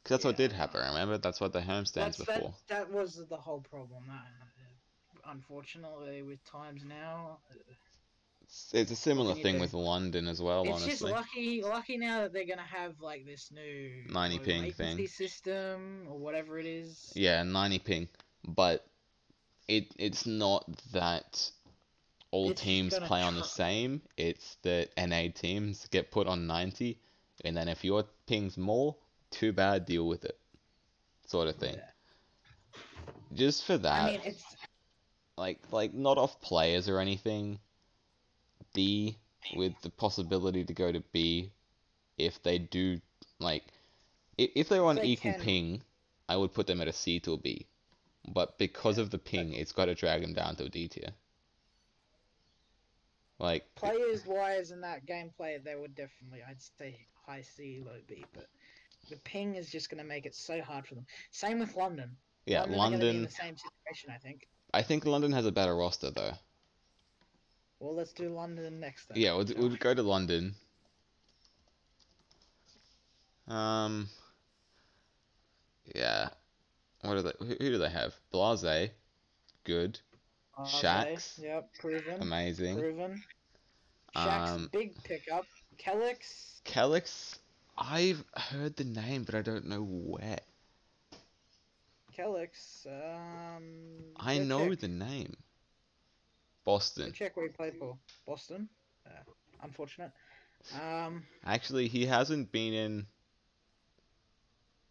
Speaker 2: 'Cause that's what
Speaker 1: Yeah.
Speaker 2: did happen, remember? That's what the home stands were
Speaker 1: That's-
Speaker 2: for.
Speaker 1: that, that was the whole problem. That, unfortunately, with times now,
Speaker 2: It's, it's a similar
Speaker 1: can you
Speaker 2: thing
Speaker 1: do?
Speaker 2: with London as well,
Speaker 1: it's just
Speaker 2: Oh, honestly.
Speaker 1: lucky. Lucky now that they're gonna have like this new
Speaker 2: 90
Speaker 1: low
Speaker 2: ping thing.
Speaker 1: latency system or whatever it is.
Speaker 2: Yeah, 90 ping. But it it's not that all
Speaker 1: It's
Speaker 2: teams
Speaker 1: gonna
Speaker 2: play on the
Speaker 1: tr-
Speaker 2: same. It's that NA teams get put on 90, and then if your ping's more, too bad, deal with it. Sort of thing.
Speaker 1: Yeah.
Speaker 2: Just for that.
Speaker 1: I mean, it's
Speaker 2: like like not off players or anything. D with the possibility to go to B if they do like if, if they're on
Speaker 1: they
Speaker 2: equal
Speaker 1: can.
Speaker 2: ping, I would put them at a C to a B. But because of the ping, it's got to drag them down to a D tier. Like
Speaker 1: players wise in that gameplay, they would definitely, I'd say high C, low B, but the ping is just going to make it so hard for them. Same with London.
Speaker 2: yeah,
Speaker 1: London. are gonna be in
Speaker 2: London.
Speaker 1: the same situation, I think.
Speaker 2: I think London has a better roster though.
Speaker 1: Well, let's do London next. Then.
Speaker 2: Yeah, we'll, d-
Speaker 1: So-
Speaker 2: we'll go to London. Um. Yeah. What do they? Who, who do they have? Blase, good,
Speaker 1: Okay,
Speaker 2: Shaxx.
Speaker 1: Yep, proven.
Speaker 2: amazing.
Speaker 1: Proven. Shaxx,
Speaker 2: Um,
Speaker 1: big pickup. Kellex,
Speaker 2: Kelix, I've heard the name, but I don't know where.
Speaker 1: Kellex. Um,
Speaker 2: I
Speaker 1: go
Speaker 2: know
Speaker 1: check.
Speaker 2: the name.
Speaker 1: Go
Speaker 2: Boston.
Speaker 1: check where he played for Boston. Uh, unfortunate. Um,
Speaker 2: Actually, he hasn't been in.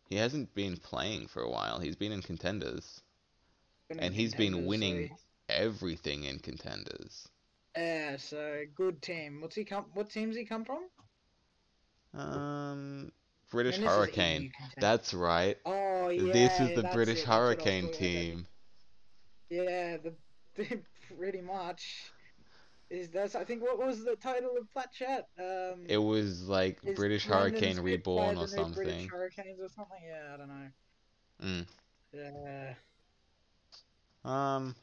Speaker 2: He hasn't been playing for a while. He's been in contenders.
Speaker 1: gonna
Speaker 2: And
Speaker 1: be
Speaker 2: he's been
Speaker 1: contenders,
Speaker 2: winning
Speaker 1: so-
Speaker 2: everything in contenders.
Speaker 1: Yeah, so good team. What's he come? What team's he come from?
Speaker 2: Um, British
Speaker 1: And this is EU
Speaker 2: Hurricane.
Speaker 1: contender.
Speaker 2: That's right.
Speaker 1: oh yeah.
Speaker 2: this is the
Speaker 1: that's it,
Speaker 2: British
Speaker 1: that's what I was
Speaker 2: Hurricane
Speaker 1: talking about.
Speaker 2: team.
Speaker 1: Yeah, the, (laughs) the pretty much is that's I think what was the title of that chat? Um,
Speaker 2: It was like
Speaker 1: is
Speaker 2: British
Speaker 1: London's
Speaker 2: Hurricane
Speaker 1: Spitfire
Speaker 2: Reborn
Speaker 1: the
Speaker 2: or
Speaker 1: new British
Speaker 2: something.
Speaker 1: Hurricanes or something. Yeah, I don't know.
Speaker 2: Mm.
Speaker 1: Yeah.
Speaker 2: Um.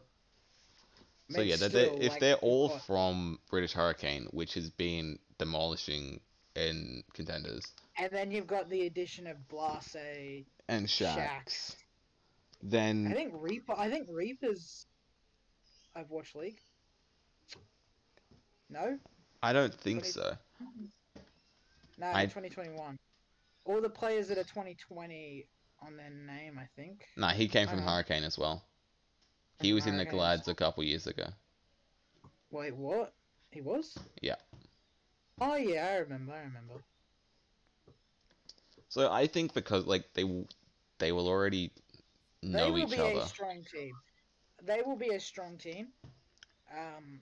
Speaker 2: So
Speaker 1: Mate,
Speaker 2: yeah, that
Speaker 1: still,
Speaker 2: they, if
Speaker 1: like,
Speaker 2: they're
Speaker 1: you
Speaker 2: all
Speaker 1: got-
Speaker 2: from British Hurricane, which has been demolishing in contenders
Speaker 1: and then you've got the addition of Blase, Shax.
Speaker 2: and Shacks, then
Speaker 1: I think Reaper. I think Reaper's. I've watched League. No.
Speaker 2: I don't think
Speaker 1: Twenty-
Speaker 2: so.
Speaker 1: No,
Speaker 2: I-
Speaker 1: 2021. All the players that are 2020 on their name, I think.
Speaker 2: Nah, he came from
Speaker 1: Hang on.
Speaker 2: Hurricane as well. He
Speaker 1: From
Speaker 2: was in the
Speaker 1: Hurricane.
Speaker 2: Glads a couple years ago.
Speaker 1: Wait, what? He was?
Speaker 2: Yeah.
Speaker 1: Oh yeah, I remember. I remember.
Speaker 2: So I think because like they w- they will already
Speaker 1: they
Speaker 2: know
Speaker 1: will
Speaker 2: each
Speaker 1: be
Speaker 2: other.
Speaker 1: a strong team. They will be a strong team. Um,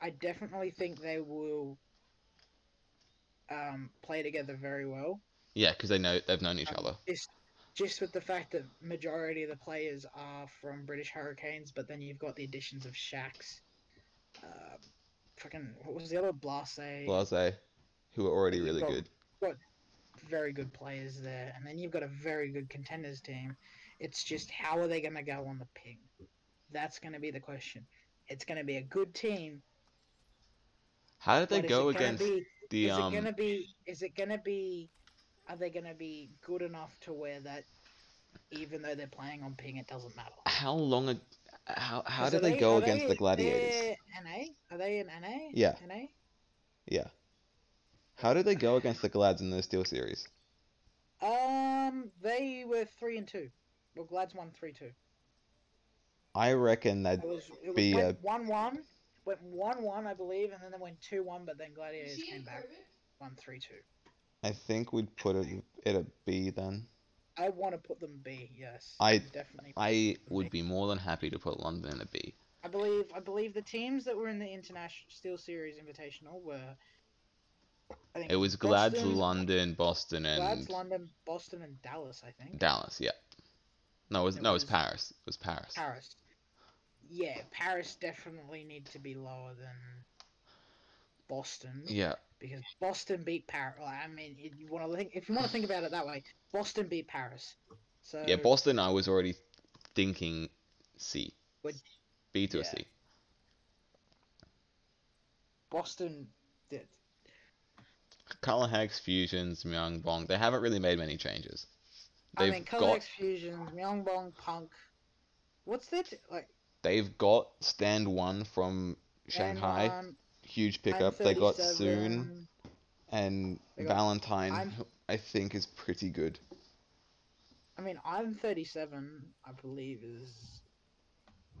Speaker 1: I definitely think they will um, play together very well.
Speaker 2: Yeah, because they know they've known each
Speaker 1: Um,
Speaker 2: other.
Speaker 1: Just, just with the fact that majority of the players are from British Hurricanes, but then you've got the additions of Shax, uh, fucking what was the other Blase?
Speaker 2: Blase, who are already
Speaker 1: You've
Speaker 2: really
Speaker 1: got-
Speaker 2: good.
Speaker 1: Very good players there, and then you've got a very good contenders team. It's just how are they going to go on the ping? That's going to be the question. It's going to be a good team.
Speaker 2: How did they
Speaker 1: but is
Speaker 2: go
Speaker 1: it gonna
Speaker 2: against
Speaker 1: be-
Speaker 2: the
Speaker 1: is it
Speaker 2: um?
Speaker 1: gonna be? Is it gonna be? Are they gonna be good enough to where that, even though they're playing on ping, it doesn't matter?
Speaker 2: How long? A, how how
Speaker 1: 'Cause
Speaker 2: did
Speaker 1: are
Speaker 2: they, go
Speaker 1: are
Speaker 2: against the
Speaker 1: they-
Speaker 2: gladiators?
Speaker 1: they're NA? Are they in NA?
Speaker 2: Yeah.
Speaker 1: NA?
Speaker 2: Yeah. How did they go against the glads in the steel series?
Speaker 1: Um, they were three and two. Well, Glad's won three two.
Speaker 2: I reckon that
Speaker 1: It was it was
Speaker 2: Be, uh,
Speaker 1: went one one, went one one I believe, and then they went two one, but then Gladiators came back one three two.
Speaker 2: I think we'd put it at a B then.
Speaker 1: I want to put them B. Yes.
Speaker 2: I-
Speaker 1: definitely.
Speaker 2: I would be more than happy to put London in a B.
Speaker 1: I believe I believe the teams that were in the International Steel Series Invitational were. I think
Speaker 2: It was Glads,
Speaker 1: Boston-
Speaker 2: London, Boston, and
Speaker 1: Glad's London, Boston, and Dallas. I think
Speaker 2: Dallas. Yeah. No, it was
Speaker 1: It
Speaker 2: no, it was
Speaker 1: was-
Speaker 2: Paris. It was Paris.
Speaker 1: Paris. Yeah, Paris definitely need to be lower than Boston
Speaker 2: Yeah.
Speaker 1: because Boston beat Paris. I mean, if you want to think if you want to think about it that way, Boston beat Paris. So
Speaker 2: Yeah, Boston I was already thinking C.
Speaker 1: Would-
Speaker 2: B to a
Speaker 1: yeah.
Speaker 2: C.
Speaker 1: Boston did.
Speaker 2: Colin Hex, Fusions, Myung Bong, they haven't really made many changes. They've
Speaker 1: I mean,
Speaker 2: got
Speaker 1: Codex Fusions, Myeongbong Punk. What's that? Like
Speaker 2: they've got stand one from Shanghai,
Speaker 1: Yangon,
Speaker 2: huge pickup. They got Soon
Speaker 1: 137.
Speaker 2: and
Speaker 1: They got-
Speaker 2: Valentine,
Speaker 1: I'm-
Speaker 2: who I think is pretty good.
Speaker 1: I mean, I'm 37. I believe is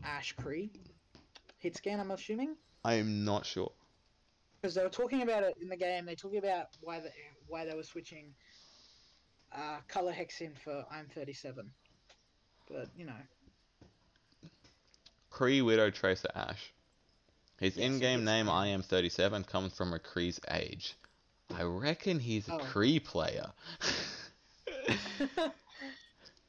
Speaker 1: Ash Cree. Hit scan. I'm assuming.
Speaker 2: I am not sure.
Speaker 1: because they were talking about it in the game. They talking about why they why they were switching uh, color hex in for I'm 37. But you know,
Speaker 2: Kree Widow Tracer Ash. His
Speaker 1: Yes,
Speaker 2: in game
Speaker 1: it's-
Speaker 2: name, I am 37, comes from a Kree's age. I reckon he's a
Speaker 1: Oh.
Speaker 2: Kree player. (laughs)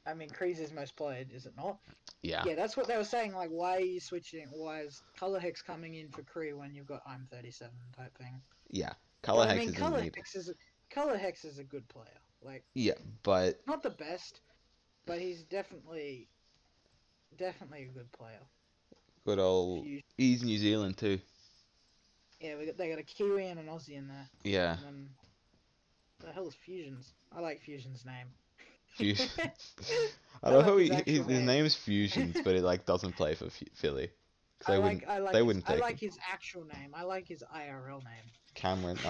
Speaker 1: I mean, Kree's is most played, is it not?
Speaker 2: yeah.
Speaker 1: Yeah, that's what they were saying. Like, why are you switching? Why is color hex coming in for Kree when you've got I'm 37 type thing?
Speaker 2: Yeah. Color
Speaker 1: But,
Speaker 2: Hex
Speaker 1: I mean,
Speaker 2: is
Speaker 1: color
Speaker 2: in need.
Speaker 1: hex is color hex is a good player. Like,
Speaker 2: Yeah, but
Speaker 1: not the best, but he's definitely definitely a good player.
Speaker 2: good old.
Speaker 1: Huge.
Speaker 2: He's New Zealand too.
Speaker 1: Yeah, we got, they got a Kiwi and an Aussie in there.
Speaker 2: Yeah.
Speaker 1: And then the hell is Fusions? I like Fusion's name. (laughs)
Speaker 2: Fusion. (laughs) I
Speaker 1: I
Speaker 2: love
Speaker 1: like
Speaker 2: how
Speaker 1: his
Speaker 2: he,
Speaker 1: actual
Speaker 2: his, his
Speaker 1: name.
Speaker 2: name's Fusions, but it like doesn't play for F- Philly.
Speaker 1: I
Speaker 2: 'Cause they
Speaker 1: like (laughs)
Speaker 2: wouldn't.
Speaker 1: I like
Speaker 2: they
Speaker 1: his,
Speaker 2: wouldn't
Speaker 1: I
Speaker 2: take
Speaker 1: like his actual name. I like his IRL
Speaker 2: (laughs)
Speaker 1: name. (laughs)
Speaker 2: Cameron.
Speaker 1: Oh,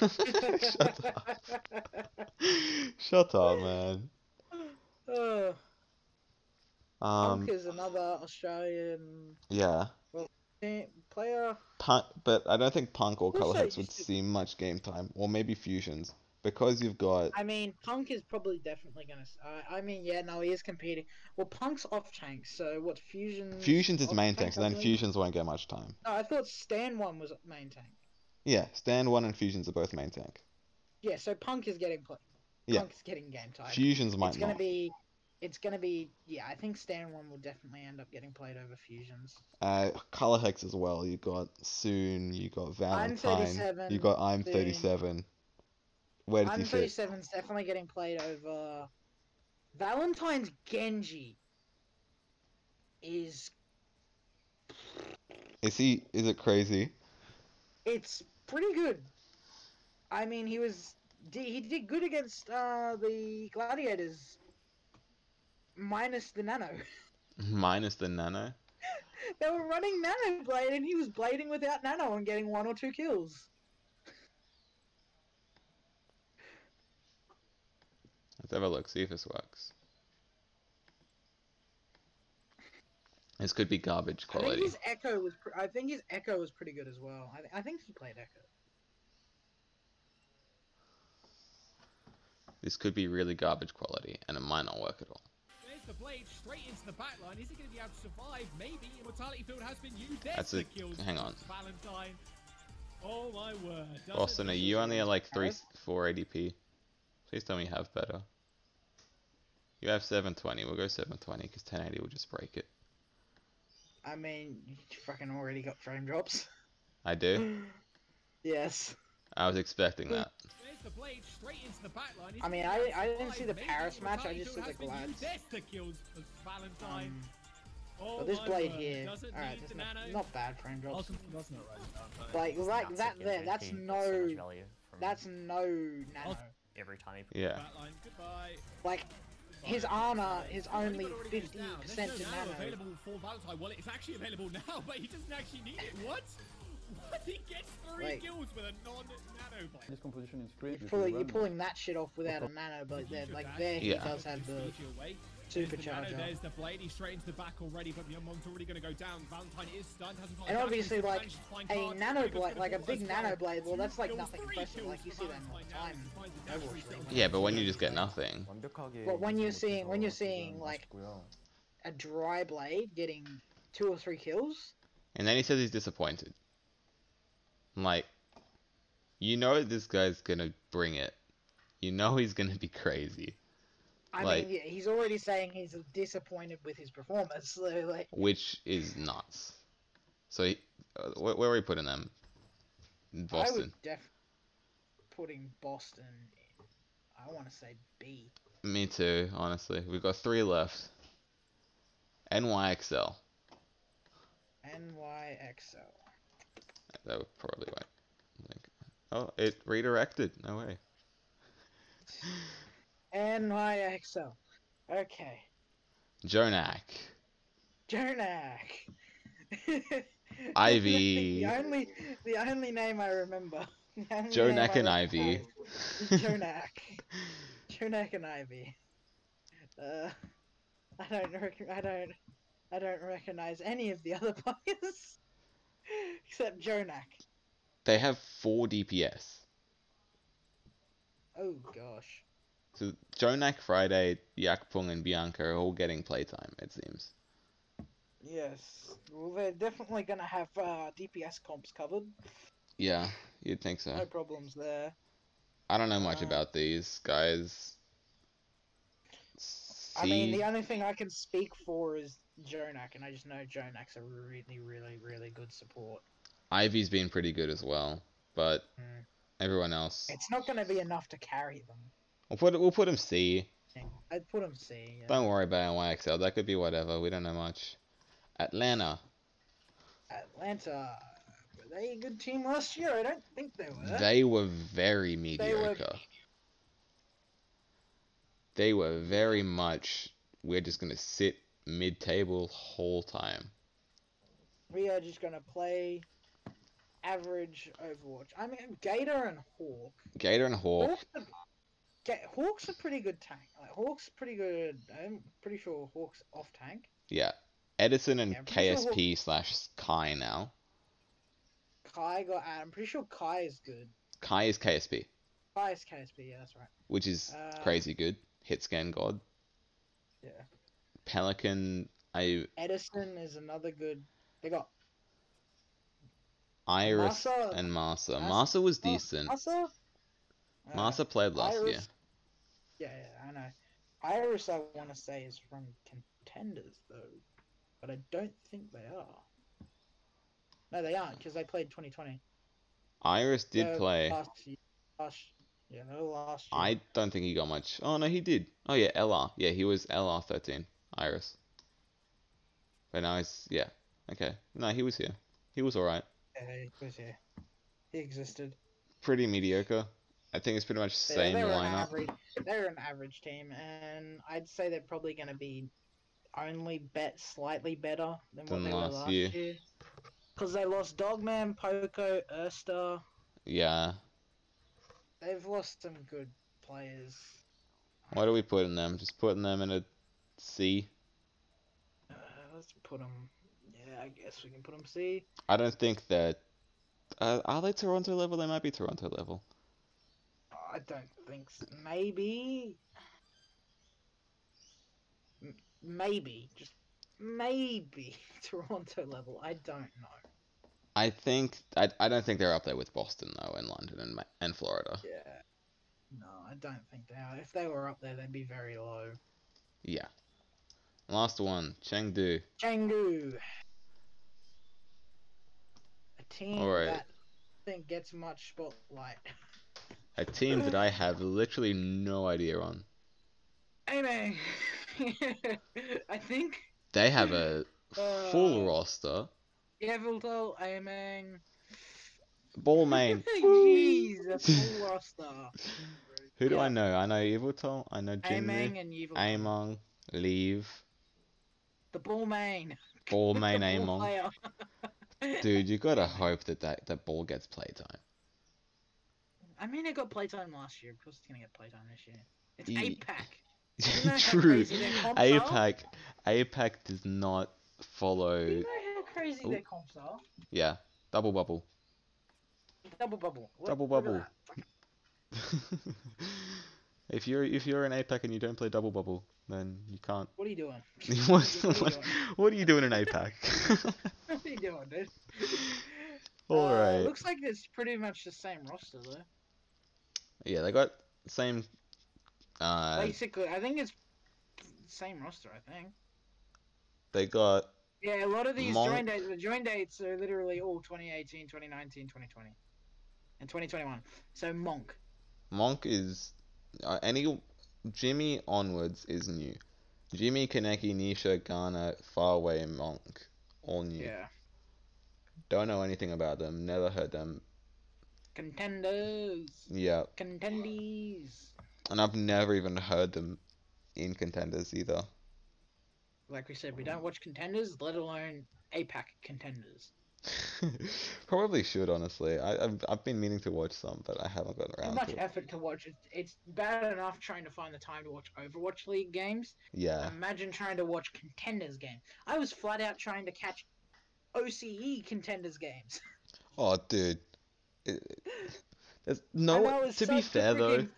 Speaker 2: Ah. Shut up. Shut up, man.
Speaker 1: oh,
Speaker 2: Um.
Speaker 1: Punk is another Australian
Speaker 2: Yeah.
Speaker 1: eh, player.
Speaker 2: Punk, but I don't think Punk or
Speaker 1: Also,
Speaker 2: Colorhex
Speaker 1: you
Speaker 2: would
Speaker 1: should-
Speaker 2: see much game time, or maybe Fusions, because you've got
Speaker 1: I mean, Punk is probably definitely gonna. s- I I mean, yeah, no, he is competing. Well, Punk's off tank, so what? Fusion.
Speaker 2: Fusions is
Speaker 1: off
Speaker 2: main tank, so
Speaker 1: I
Speaker 2: then
Speaker 1: believe?
Speaker 2: Fusions won't get much time.
Speaker 1: No, I thought Stan one was main tank.
Speaker 2: Yeah, Stand One and Fusions are both main tank.
Speaker 1: Yeah, so Punk is getting play.
Speaker 2: Yeah.
Speaker 1: Punk's getting game time.
Speaker 2: Fusions might
Speaker 1: it's gonna
Speaker 2: not.
Speaker 1: be it's gonna be yeah i think stan one will definitely end up getting played over fusions
Speaker 2: Uh, Color Hex as well. You got Soon. You got Valentine. You
Speaker 1: 37,
Speaker 2: got I'm
Speaker 1: Soon.
Speaker 2: Thirty Seven. Where does
Speaker 1: i'm
Speaker 2: he fit?
Speaker 1: 37 is definitely getting played over valentine's genji is
Speaker 2: Is he? Is it crazy?
Speaker 1: it's pretty good i mean he was di- he did good against uh the gladiators minus the nano (laughs)
Speaker 2: Minus the Nano.
Speaker 1: they were running nano blade and he was blading without nano and getting one or two kills
Speaker 2: Let's have a look. See if this works. This could be garbage
Speaker 1: I
Speaker 2: quality.
Speaker 1: think his echo was. Pre- I think his echo was pretty good as well. I, th- I think he played echo.
Speaker 2: This could be really garbage quality, and it might not work at all.
Speaker 3: There's the blade straight into the back line. Is it going to be able to survive? Maybe. Immortality field has been used. There's
Speaker 2: That's
Speaker 3: the
Speaker 2: a-
Speaker 3: kill.
Speaker 2: hang on.
Speaker 3: Valentine. Oh my word. Doesn't
Speaker 2: Austin, are
Speaker 3: this
Speaker 2: you
Speaker 3: look
Speaker 2: only at like three,
Speaker 1: Yes.
Speaker 2: four ADP? Please tell me you have better. You have 720. We'll go 720 because 1080 will just break it.
Speaker 1: I mean, you fucking already got frame drops. (laughs)
Speaker 2: I do.
Speaker 1: yes.
Speaker 2: I was expecting
Speaker 1: Mm.
Speaker 2: that.
Speaker 3: There's the blade straight into the back line. Is
Speaker 1: I
Speaker 3: it
Speaker 1: mean,
Speaker 3: gonna be
Speaker 1: I- I
Speaker 3: able to
Speaker 1: didn't see the
Speaker 3: survive? Maybe.
Speaker 1: Paris match, I
Speaker 3: Immortality
Speaker 1: just
Speaker 3: field
Speaker 1: saw the
Speaker 3: has been
Speaker 1: glads.
Speaker 3: used. There's the kills of Valentine.
Speaker 1: Um,
Speaker 3: oh
Speaker 1: but this
Speaker 3: my
Speaker 1: blade
Speaker 3: word.
Speaker 1: here.
Speaker 3: Doesn't
Speaker 1: All right,
Speaker 3: need
Speaker 1: that's
Speaker 3: the
Speaker 1: not,
Speaker 3: nano.
Speaker 1: not bad frame drops.
Speaker 3: Austin, that's not right. Valentine.
Speaker 1: Like,
Speaker 4: It's
Speaker 1: like
Speaker 4: nuts
Speaker 1: that
Speaker 4: at the
Speaker 1: there.
Speaker 4: end of
Speaker 1: That's
Speaker 4: the day, you get so much
Speaker 1: no.
Speaker 4: value from
Speaker 1: That's no nano.
Speaker 4: every time you put
Speaker 2: Yeah.
Speaker 3: Back line. Goodbye.
Speaker 1: Like, his
Speaker 3: Fine.
Speaker 1: armor is
Speaker 3: He's already
Speaker 1: only
Speaker 3: got already goes
Speaker 1: fifty
Speaker 3: down. There's
Speaker 1: percent to
Speaker 3: no
Speaker 1: nano.
Speaker 3: now available for Valentine. Well, it's actually available (laughs) now, but he doesn't actually need it. What? What? He gets three
Speaker 1: Wait.
Speaker 3: kills with a non-nano blade.
Speaker 5: This composition is
Speaker 1: You're
Speaker 5: great. you should
Speaker 1: pulling, you're
Speaker 5: remember.
Speaker 1: pulling that shit off without a nano, but there, like there, he
Speaker 2: Yeah.
Speaker 1: does have the
Speaker 3: Prestige away. There's the nano,
Speaker 1: supercharger.
Speaker 3: There's the blade. He's straight into the back already, but the young one's already going to go down. Valentine is stunned. Hasn't got
Speaker 1: And
Speaker 3: a dash,
Speaker 1: obviously,
Speaker 3: he's
Speaker 1: like,
Speaker 3: managed to find
Speaker 1: a
Speaker 3: cards.
Speaker 1: nano
Speaker 3: Reaper's
Speaker 1: blade-
Speaker 3: gonna
Speaker 1: like a
Speaker 3: pull
Speaker 1: big
Speaker 3: as
Speaker 1: nano
Speaker 3: well.
Speaker 1: blade, well,
Speaker 3: Two
Speaker 1: that's, like,
Speaker 3: kills,
Speaker 1: nothing
Speaker 3: three
Speaker 1: impressive,
Speaker 3: kills
Speaker 1: like, you
Speaker 3: for
Speaker 1: see that all the
Speaker 3: Valentine now. He
Speaker 1: time.
Speaker 3: finds the
Speaker 1: Overwatch
Speaker 3: dash, he's
Speaker 1: League.
Speaker 3: got a
Speaker 2: Yeah, but when
Speaker 3: dash.
Speaker 2: you just get nothing.
Speaker 1: But when you're seeing- when
Speaker 5: Oh,
Speaker 1: you're seeing, like- A dry blade getting two or three kills.
Speaker 2: And then he says he's disappointed. I'm like, you know this guy's gonna bring it. You know he's gonna be crazy.
Speaker 1: I
Speaker 2: Like-
Speaker 1: mean, yeah, he's already saying he's disappointed with his performance. (laughs) So, like,
Speaker 2: which is nuts. So he, uh, wh- where are we putting them?
Speaker 1: I
Speaker 2: Boston.
Speaker 1: would def putting Boston. In, I want to say B.
Speaker 2: Me too, honestly. We've got three left. NYXL.
Speaker 1: NYXO.
Speaker 2: That would probably like. like- Oh, it redirected. No way.
Speaker 1: NYXL. Okay.
Speaker 2: Jonak.
Speaker 1: (laughs) Jonak.
Speaker 2: Ivy.
Speaker 1: the only the only name I remember. (laughs) The only
Speaker 2: Jonak
Speaker 1: name I
Speaker 2: and Ivy.
Speaker 1: recognize is Jonak. (laughs) Jonak and Ivy. Uh, I don't rec- I don't I don't recognize any of the other (laughs) players except Jonak.
Speaker 2: They have four DPS.
Speaker 1: Oh gosh.
Speaker 2: So Jonak, Friday, Yakpung, and Bianca are all getting playtime, it seems.
Speaker 1: Yes. Well, they're definitely gonna have uh, DPS comps covered.
Speaker 2: Yeah, you'd think so.
Speaker 1: No problems there.
Speaker 2: I don't know much
Speaker 1: Uh,
Speaker 2: about these guys.
Speaker 1: I mean,
Speaker 2: See?
Speaker 1: the only thing I can speak for is Jonak, and I just know Jonak's a really, really, really good support.
Speaker 2: Ivy's been pretty good as well, but
Speaker 1: Mm.
Speaker 2: everyone else.
Speaker 1: It's not going to be enough to carry them.
Speaker 2: We'll put we'll put him C.
Speaker 1: I'd put him C. yeah.
Speaker 2: Don't worry about NYXL. That could be whatever. We don't know much. Atlanta.
Speaker 1: Atlanta, were they a good team last year? I don't think they were.
Speaker 2: They were very
Speaker 1: They were-
Speaker 2: mediocre. They were, very much. We're just gonna sit mid-table whole time.
Speaker 1: We are just going to play average Overwatch. I mean, Gator and Hawk.
Speaker 2: Gator and Hawk.
Speaker 1: Hawk's a, Ga- Hawk's a pretty good tank. Like, Hawk's pretty good. I'm pretty sure Hawk's off tank.
Speaker 2: Yeah. Edison and
Speaker 1: Yeah, I'm pretty sure
Speaker 2: KSP slash Kai now.
Speaker 1: Kai got out. I'm pretty sure Kai is good.
Speaker 2: Kai is KSP,
Speaker 1: Kai is KSP, yeah, that's right.
Speaker 2: which is
Speaker 1: Uh,
Speaker 2: crazy good. Hit scan god.
Speaker 1: Yeah.
Speaker 2: Pelican. I
Speaker 1: Edison is another good. They got
Speaker 2: Iris
Speaker 1: Martha-
Speaker 2: and Marsa.
Speaker 1: Martha-
Speaker 2: Marsa was
Speaker 1: oh,
Speaker 2: decent.
Speaker 1: Martha. Uh,
Speaker 2: Marsa played last
Speaker 1: Iris-
Speaker 2: year.
Speaker 1: Yeah, yeah, I know. Iris, I want to say is from contenders though, but I don't think they are. No, they aren't because they played 2020.
Speaker 2: Iris did
Speaker 1: They were
Speaker 2: play.
Speaker 1: last year. Last, yeah, they were last year.
Speaker 2: I don't think he got much. Oh no, he did. Oh yeah, LR. Yeah, he was LR thirteen. Iris. But now he's yeah. Okay. No, he was here. He was alright.
Speaker 1: Yeah, he was here. He existed.
Speaker 2: Pretty mediocre. I think it's pretty much the
Speaker 1: They-
Speaker 2: same
Speaker 1: they were An
Speaker 2: lineup.
Speaker 1: average, they're an average team, and I'd say they're probably going to be only bet slightly better than what
Speaker 2: Than
Speaker 1: they
Speaker 2: last
Speaker 1: were last
Speaker 2: year.
Speaker 1: year. Because they lost Dogman, Poco, Erster.
Speaker 2: Yeah.
Speaker 1: They've lost some good players.
Speaker 2: What are we putting them? Just putting them in a C.
Speaker 1: Uh, let's put them. Yeah, I guess we can put them C.
Speaker 2: I don't think that. Uh, are they Toronto level? They might be Toronto level.
Speaker 1: I don't think so. Maybe. M- Maybe. Just maybe (laughs) Toronto level. I don't know.
Speaker 2: I think I, I don't think they're up there with Boston though, and London and Ma- and Florida.
Speaker 1: Yeah. No, I don't think they are. If they were up there, they'd be very low.
Speaker 2: Yeah. Last one, Chengdu.
Speaker 1: Chengdu. A team
Speaker 2: Alright.
Speaker 1: that I think gets much spotlight.
Speaker 2: A team that I have literally no idea on.
Speaker 1: Hey man, (laughs) I think
Speaker 2: They have a full
Speaker 1: Uh,
Speaker 2: roster.
Speaker 1: Yevildal, Aiming.
Speaker 2: Ball
Speaker 1: (laughs)
Speaker 2: main.
Speaker 1: Jeez, a full roster.
Speaker 2: Who do I
Speaker 1: yeah.
Speaker 2: know? I know Ivuton, I know Jinmu,
Speaker 1: Aiming and Yevildal.
Speaker 2: Among, Leave,
Speaker 1: The ball main. (laughs)
Speaker 2: Ball
Speaker 1: The
Speaker 2: main
Speaker 1: ball
Speaker 2: Among.
Speaker 1: player.
Speaker 2: Dude, you gotta hope that that, that ball gets (laughs) playtime.
Speaker 1: I mean, it got playtime last year. Of course, it's gonna get playtime this year. It's
Speaker 2: Ye-
Speaker 1: eight pack. know how
Speaker 2: True.
Speaker 1: crazy their comps are?
Speaker 2: APAC APAC does not
Speaker 1: Do
Speaker 2: follow
Speaker 1: you know how crazy
Speaker 2: Uh, Oh.
Speaker 1: their comps are?
Speaker 2: Yeah. Double bubble. (laughs)
Speaker 1: Double bubble. Look-
Speaker 2: Double
Speaker 1: look at
Speaker 2: bubble.
Speaker 1: that.
Speaker 2: if you're if you're an APAC and you don't play double bubble, then you can't
Speaker 1: What are you doing?
Speaker 2: (laughs) what,
Speaker 1: What are you
Speaker 2: (laughs) what, what are you doing in APAC?
Speaker 1: What are you doing, dude?
Speaker 2: (laughs) All
Speaker 1: Uh,
Speaker 2: right.
Speaker 1: Looks like it's pretty much the same roster though.
Speaker 2: Yeah, they got same. Uh,
Speaker 1: Basically, I think it's the same roster. I think.
Speaker 2: they got
Speaker 1: Yeah, a lot of these
Speaker 2: Mon-
Speaker 1: join dates, the join dates are literally all 2018, 2019, 2020. and 2021. So Monk.
Speaker 2: Monk is uh, any Jimmy onwards is new. Jimmy, Kaneki, Nisha, Ghana, Faraway, and Monk. All new.
Speaker 1: Yeah.
Speaker 2: Don't know anything about them. Never heard them.
Speaker 1: Contenders.
Speaker 2: Yeah.
Speaker 1: Contendees.
Speaker 2: And I've never even heard them in contenders either. (laughs)
Speaker 1: Like we said, we don't watch contenders, let alone APAC contenders.
Speaker 2: Probably should honestly. I, I've I've been meaning to watch some, but I haven't gotten
Speaker 1: Too
Speaker 2: around
Speaker 1: much
Speaker 2: to it.
Speaker 1: effort to watch. It, it's bad enough trying to find the time to watch Overwatch League games.
Speaker 2: Yeah.
Speaker 1: Imagine trying to watch contenders games. I was flat out trying to catch OCE contenders games.
Speaker 2: Oh, dude. It- There's
Speaker 1: And
Speaker 2: no.
Speaker 1: I was
Speaker 2: To be
Speaker 1: such a
Speaker 2: fair though,
Speaker 1: freaking-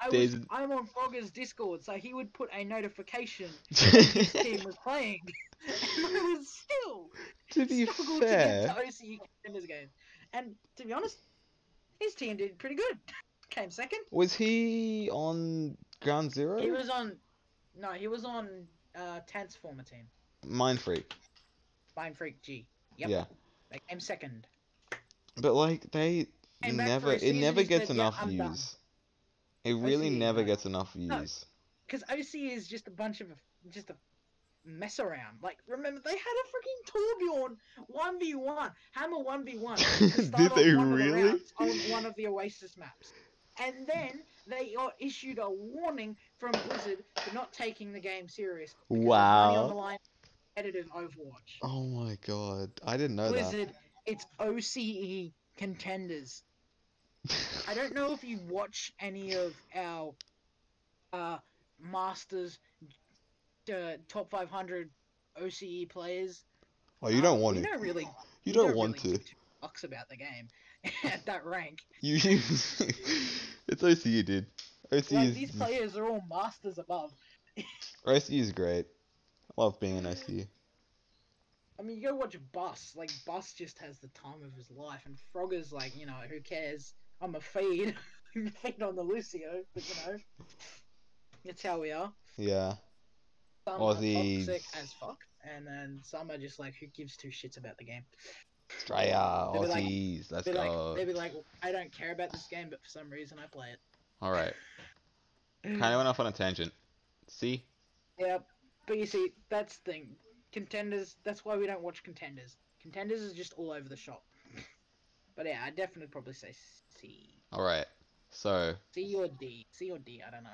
Speaker 1: I was,
Speaker 2: there's-
Speaker 1: I'm on Frogger's Discord, so he would put a
Speaker 2: (laughs)
Speaker 1: notification team was playing. (laughs) and I was still
Speaker 2: to be
Speaker 1: struggled to
Speaker 2: fair,
Speaker 1: get to OCE contenders games. And to be honest, his team did pretty good. (laughs) Came second.
Speaker 2: was he on Ground Zero?
Speaker 1: He was on. No, he was on uh, Tant's former team,
Speaker 2: Mind Freak.
Speaker 1: Mind Freak G. Yep.
Speaker 2: Yeah.
Speaker 1: They came second.
Speaker 2: But like they
Speaker 1: Came back for
Speaker 2: never
Speaker 1: a
Speaker 2: it
Speaker 1: season,
Speaker 2: never
Speaker 1: he
Speaker 2: gets
Speaker 1: said, "Yeah,
Speaker 2: enough
Speaker 1: I'm done."
Speaker 2: views. It really
Speaker 1: see,
Speaker 2: never
Speaker 1: no.
Speaker 2: gets enough
Speaker 1: No.
Speaker 2: views.
Speaker 1: Because OCE is just a bunch of just a mess around. Like remember they had a freaking Torbjorn one v one, Hammer one v
Speaker 2: (laughs)
Speaker 1: one.
Speaker 2: Did they really?
Speaker 1: on one of the Oasis maps, and then they got issued a warning from Blizzard for not taking the game seriously. Money on the
Speaker 2: Wow.
Speaker 1: line, competitive Overwatch.
Speaker 2: Oh my god. I didn't know
Speaker 1: Blizzard, it's OCE contenders.
Speaker 2: that. (laughs)
Speaker 1: I don't know if you watch any of our uh, Masters uh, top 500 OCE E players.
Speaker 2: Oh, you don't
Speaker 1: Um,
Speaker 2: want
Speaker 1: we
Speaker 2: to.
Speaker 1: Don't really, we
Speaker 2: You don't want
Speaker 1: really
Speaker 2: to.
Speaker 1: give two Fucks about the game (laughs) at that rank.
Speaker 2: (laughs) You, you (laughs) It's OCU, dude. OCU
Speaker 1: Like,
Speaker 2: is
Speaker 1: these players are all Masters above.
Speaker 2: OCU is great. I love being in OCU.
Speaker 1: I mean, you go watch Bus. Like, Bus just has the time of his life, and Frogger's like, you know, who cares? I'm a feed. (laughs) feed on the Lucio, but you know. That's how we are.
Speaker 2: Yeah.
Speaker 1: Some
Speaker 2: Or
Speaker 1: are
Speaker 2: the-
Speaker 1: toxic as fuck, and then some are just like, who gives two shits about the game?
Speaker 2: Straya,
Speaker 1: They'd be like-
Speaker 2: Aussies, let's
Speaker 1: They'd be, like,
Speaker 2: go.
Speaker 1: they'd be like, I don't care about this game, but for some reason I play it.
Speaker 2: Alright.
Speaker 1: (clears throat)
Speaker 2: Kinda went off on a tangent. See?
Speaker 1: Yep. But you see, that's the thing. Contenders, that's why we don't watch contenders. Contenders is just all over the shop. (laughs) But yeah, I definitely probably say C.
Speaker 2: Alright. So
Speaker 1: C or D. C or D, I don't know.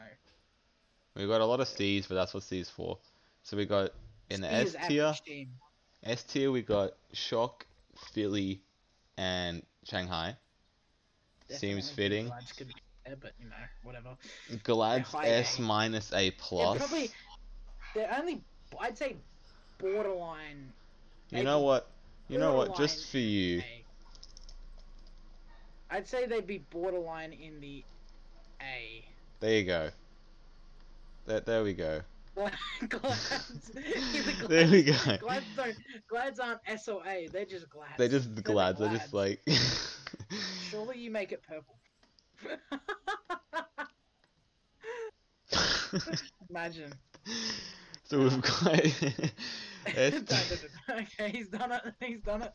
Speaker 2: we got a lot of C's, but that's what C's for. So we got in the
Speaker 1: C is
Speaker 2: S tier.
Speaker 1: average team.
Speaker 2: S tier we got Shock, Philly, and Shanghai. Seems
Speaker 1: Definitely
Speaker 2: fitting.
Speaker 1: Lions could be there, but you know, whatever.
Speaker 2: Glad's
Speaker 1: high
Speaker 2: S
Speaker 1: A.
Speaker 2: minus A plus.
Speaker 1: They're probably they're only I'd say borderline
Speaker 2: you know
Speaker 1: maybe
Speaker 2: what? You know what?
Speaker 1: borderline
Speaker 2: Just for you,
Speaker 1: A. I'd say they'd be borderline in the A. (laughs)
Speaker 2: there you go. There, there we go.
Speaker 1: Glads.
Speaker 2: There we go.
Speaker 1: Glads, don't, glads aren't S or A. They're just glads.
Speaker 2: They're just Glad's. They're just
Speaker 1: glads.
Speaker 2: like. (laughs)
Speaker 1: Surely you make it purple. (laughs)
Speaker 2: (laughs)
Speaker 1: Imagine.
Speaker 2: so we've
Speaker 1: (laughs)
Speaker 2: got S
Speaker 1: Dun, (laughs) dun, dun. okay, he's done it. He's done it.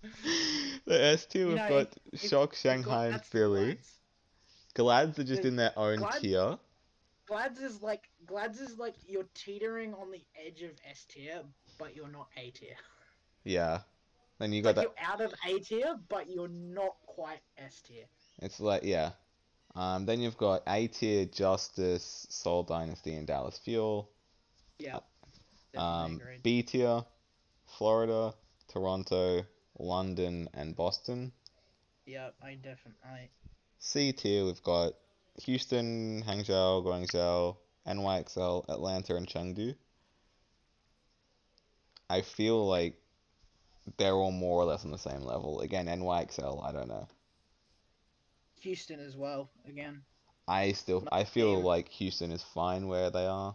Speaker 2: (laughs) the S tier.
Speaker 1: You
Speaker 2: We've
Speaker 1: know,
Speaker 2: got
Speaker 1: if- if
Speaker 2: Shock, Shanghai, and
Speaker 1: Glads-
Speaker 2: Philly. Glads are just
Speaker 1: The-
Speaker 2: in their own
Speaker 1: Glads-
Speaker 2: tier.
Speaker 1: Glads is like glads is like you're teetering on the edge of S tier, but you're not A tier.
Speaker 2: Yeah. Then you
Speaker 1: Like
Speaker 2: got that.
Speaker 1: you're out of A tier, but you're not quite S tier.
Speaker 2: It's like yeah. Um, then you've got A tier Justice, Soul Dynasty, and Dallas Fuel.
Speaker 1: Yeah.
Speaker 2: Um,
Speaker 1: definitely agreed.
Speaker 2: B tier, Florida, Toronto, London, and Boston.
Speaker 1: yeah, I definitely.
Speaker 2: C tier we've got Houston, Hangzhou, Guangzhou, NYXL, Atlanta, and Chengdu. I feel like they're all more or less on the same level. Again, NYXL, I don't know.
Speaker 1: Houston as well. Again,
Speaker 2: I still I feel like Houston is fine where they are.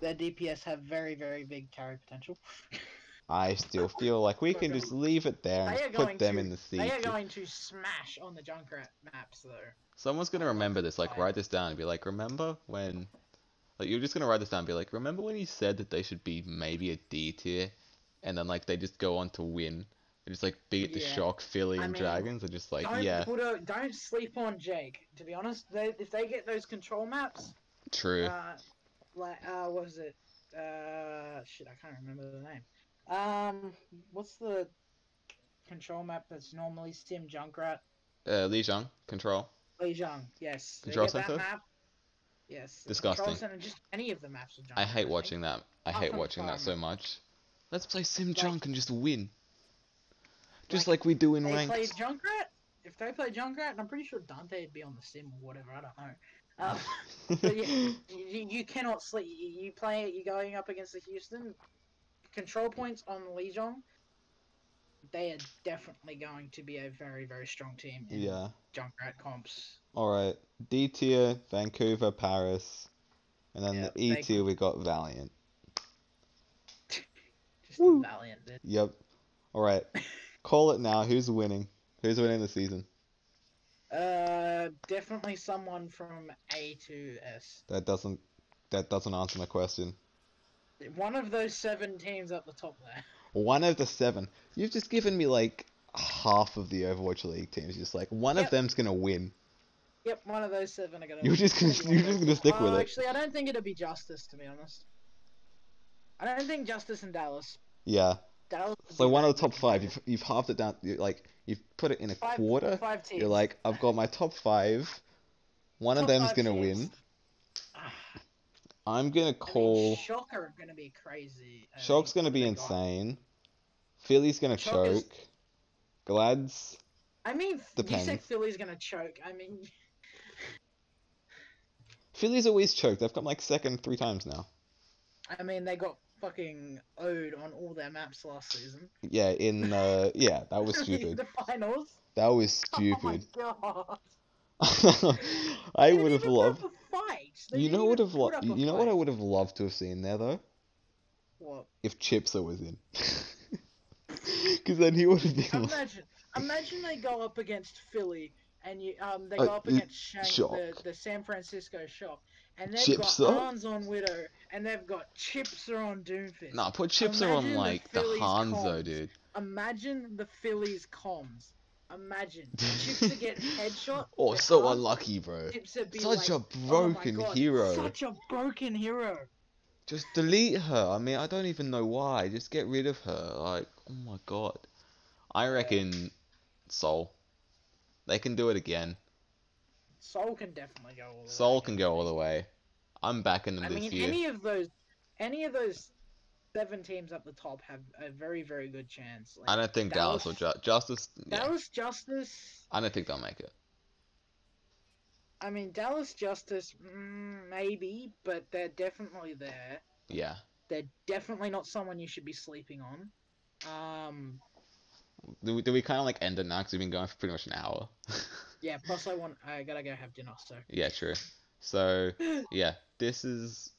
Speaker 1: their DPS have very very big carry potential.
Speaker 2: (laughs) I still feel like we can just leave it there
Speaker 1: They are
Speaker 2: and
Speaker 1: going
Speaker 2: put them
Speaker 1: to-
Speaker 2: in the C.
Speaker 1: They are
Speaker 2: tier.
Speaker 1: going to smash on the Junkrat maps though.
Speaker 2: Someone's gonna remember this. Like,
Speaker 1: Fine.
Speaker 2: write this down and be like, remember when? Like, you're just gonna write this down and be like, remember when he said that they should be maybe a D tier, and then like they just go on to win They just like beat the
Speaker 1: Yeah.
Speaker 2: shock Philly
Speaker 1: I
Speaker 2: and
Speaker 1: mean,
Speaker 2: Dragons. They're just like,
Speaker 1: don't
Speaker 2: Uh, yeah,
Speaker 1: put a, don't sleep on Jake. To be honest, they, if they get those control maps,
Speaker 2: true.
Speaker 1: uh, like uh, what was it? Uh, shit, I can't remember the name. Um, what's the control map that's normally Sim Junkrat?
Speaker 2: Uh, Li Zhang, control.
Speaker 1: Li Zhang, yes. They
Speaker 2: Control
Speaker 1: get that
Speaker 2: center?
Speaker 1: map, Yes. the
Speaker 2: Disgusting.
Speaker 1: Control center, just any of the maps. Of
Speaker 2: I hate watching that. I hate
Speaker 1: Awesome
Speaker 2: watching that so
Speaker 1: fun.
Speaker 2: much. Let's play Sim
Speaker 1: Like-
Speaker 2: Junk and just win. Just
Speaker 1: Like,
Speaker 2: like we do in
Speaker 1: They play
Speaker 2: ranked.
Speaker 1: Junkrat. If they play Junkrat, and I'm pretty sure Dante'd be on the sim or whatever. I don't know. Um, but
Speaker 2: (laughs)
Speaker 1: yeah, you, you cannot sleep. You you play it. You're going up against the Houston control points on Lejong. They are definitely going to be a very very strong team. In
Speaker 2: yeah.
Speaker 1: Junkrat comps.
Speaker 2: All right. D tier, Vancouver, Paris, and then
Speaker 1: Yep,
Speaker 2: the E
Speaker 1: they-
Speaker 2: tier we got Valiant.
Speaker 1: Just a
Speaker 2: Woo.
Speaker 1: valiant. bit.
Speaker 2: Yep.
Speaker 1: (laughs)
Speaker 2: All right. Call it now. Who's winning? Who's winning the season?
Speaker 1: Uh, definitely someone from A to S.
Speaker 2: That doesn't that doesn't answer my question.
Speaker 1: One of those seven teams at the top there. (laughs)
Speaker 2: One of the seven. You've just given me like half of the Overwatch League teams. Just like one
Speaker 1: Yep.
Speaker 2: of them's gonna win.
Speaker 1: Yep, one of those seven are gonna.
Speaker 2: You're just gonna you're just gonna stick with
Speaker 1: Uh,
Speaker 2: it.
Speaker 1: Actually, I don't think it'll be Justice, to be honest. I don't think Justice and Dallas.
Speaker 2: Yeah.
Speaker 1: Dallas. would
Speaker 2: So
Speaker 1: be
Speaker 2: one
Speaker 1: that
Speaker 2: of the top
Speaker 1: good.
Speaker 2: five. You've you've halved it down. you like you've put it in a
Speaker 1: Five-
Speaker 2: quarter.
Speaker 1: Five teams.
Speaker 2: You're like I've got my top five. One of
Speaker 1: Top
Speaker 2: them's
Speaker 1: five
Speaker 2: gonna
Speaker 1: teams.
Speaker 2: win.
Speaker 1: Ah,
Speaker 2: I'm gonna
Speaker 1: I mean,
Speaker 2: call.
Speaker 1: Shock are gonna be crazy. uh, I
Speaker 2: Shock's
Speaker 1: think,
Speaker 2: gonna be
Speaker 1: my God.
Speaker 2: insane. Philly's gonna
Speaker 1: Shock is-
Speaker 2: choke. Glad's
Speaker 1: I mean, you said
Speaker 2: Depends.
Speaker 1: Philly's gonna choke. I mean,
Speaker 2: Philly's always choked. I've come like second three times now.
Speaker 1: I mean they got fucking owed on all their maps last season.
Speaker 2: Yeah, in uh yeah, that
Speaker 1: (laughs)
Speaker 2: was
Speaker 1: In
Speaker 2: stupid.
Speaker 1: the finals.
Speaker 2: That was
Speaker 1: (laughs) Oh
Speaker 2: stupid.
Speaker 1: my god.
Speaker 2: I
Speaker 1: They
Speaker 2: (laughs) would have
Speaker 1: didn't even
Speaker 2: loved
Speaker 1: put up a fight. They
Speaker 2: You
Speaker 1: didn't
Speaker 2: know what
Speaker 1: even
Speaker 2: have
Speaker 1: put
Speaker 2: lo-
Speaker 1: up a
Speaker 2: you know what I
Speaker 1: fight.
Speaker 2: would have loved to have seen there though?
Speaker 1: What?
Speaker 2: If Chipsa was in. (laughs) Cause then he would have been like,
Speaker 1: Imagine, imagine they go up against Philly, and you um they
Speaker 2: Uh,
Speaker 1: go up
Speaker 2: uh,
Speaker 1: against Shank, the,
Speaker 2: Shock.
Speaker 1: the San Francisco Shock, and they've
Speaker 2: Chipser?
Speaker 1: got Hans on Widow, and they've got Chipser on Doomfist.
Speaker 2: Nah, put Chipsa on
Speaker 1: Imagine the
Speaker 2: like the
Speaker 1: Phillies'
Speaker 2: Hanzo
Speaker 1: comms.
Speaker 2: dude.
Speaker 1: Imagine the Phillies comms. Imagine
Speaker 2: (laughs)
Speaker 1: Chipser get headshot.
Speaker 2: Oh
Speaker 1: but
Speaker 2: so
Speaker 1: Hans-
Speaker 2: unlucky, bro.
Speaker 1: Chipser be like,
Speaker 2: Such a
Speaker 1: "Oh my
Speaker 2: broken
Speaker 1: God,
Speaker 2: hero.
Speaker 1: Such a broken hero.
Speaker 2: Just delete her. I mean, I don't even know why. Just get rid of her. Like, oh my god. I reckon Soul. They can do it again.
Speaker 1: Soul can definitely go all the
Speaker 2: Soul
Speaker 1: way.
Speaker 2: can go all the way. I'm backing them
Speaker 1: I
Speaker 2: this
Speaker 1: mean,
Speaker 2: year.
Speaker 1: any of those, any of those seven teams up the top have a very, very good chance. Like,
Speaker 2: I don't think Dallas, will
Speaker 1: Dallas-
Speaker 2: ju- Justice. Yeah.
Speaker 1: Dallas Justice.
Speaker 2: I don't think they'll make it.
Speaker 1: I mean, Dallas Justice, mm, maybe, but they're definitely there.
Speaker 2: Yeah.
Speaker 1: They're definitely not someone you should be sleeping on. Um,
Speaker 2: Do we, do we kind of like end it now? Because we've been going for pretty much an hour. (laughs)
Speaker 1: yeah. Plus, I want. I gotta go have dinner. So
Speaker 2: yeah, true. So, yeah. This is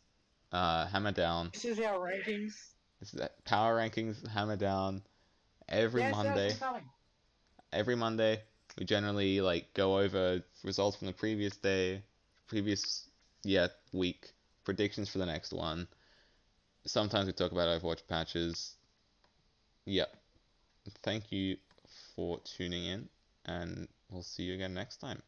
Speaker 2: uh, Hammer Down.
Speaker 1: this is our rankings.
Speaker 2: This is uh, Power Rankings Hammer Down every
Speaker 1: Yes, that's
Speaker 2: Monday.
Speaker 1: coming.
Speaker 2: every Monday we generally like go over results from the previous day, previous yeah week, predictions for the next one. Sometimes we talk about Overwatch patches. Yeah. Thank you for tuning in and we'll see you again next time.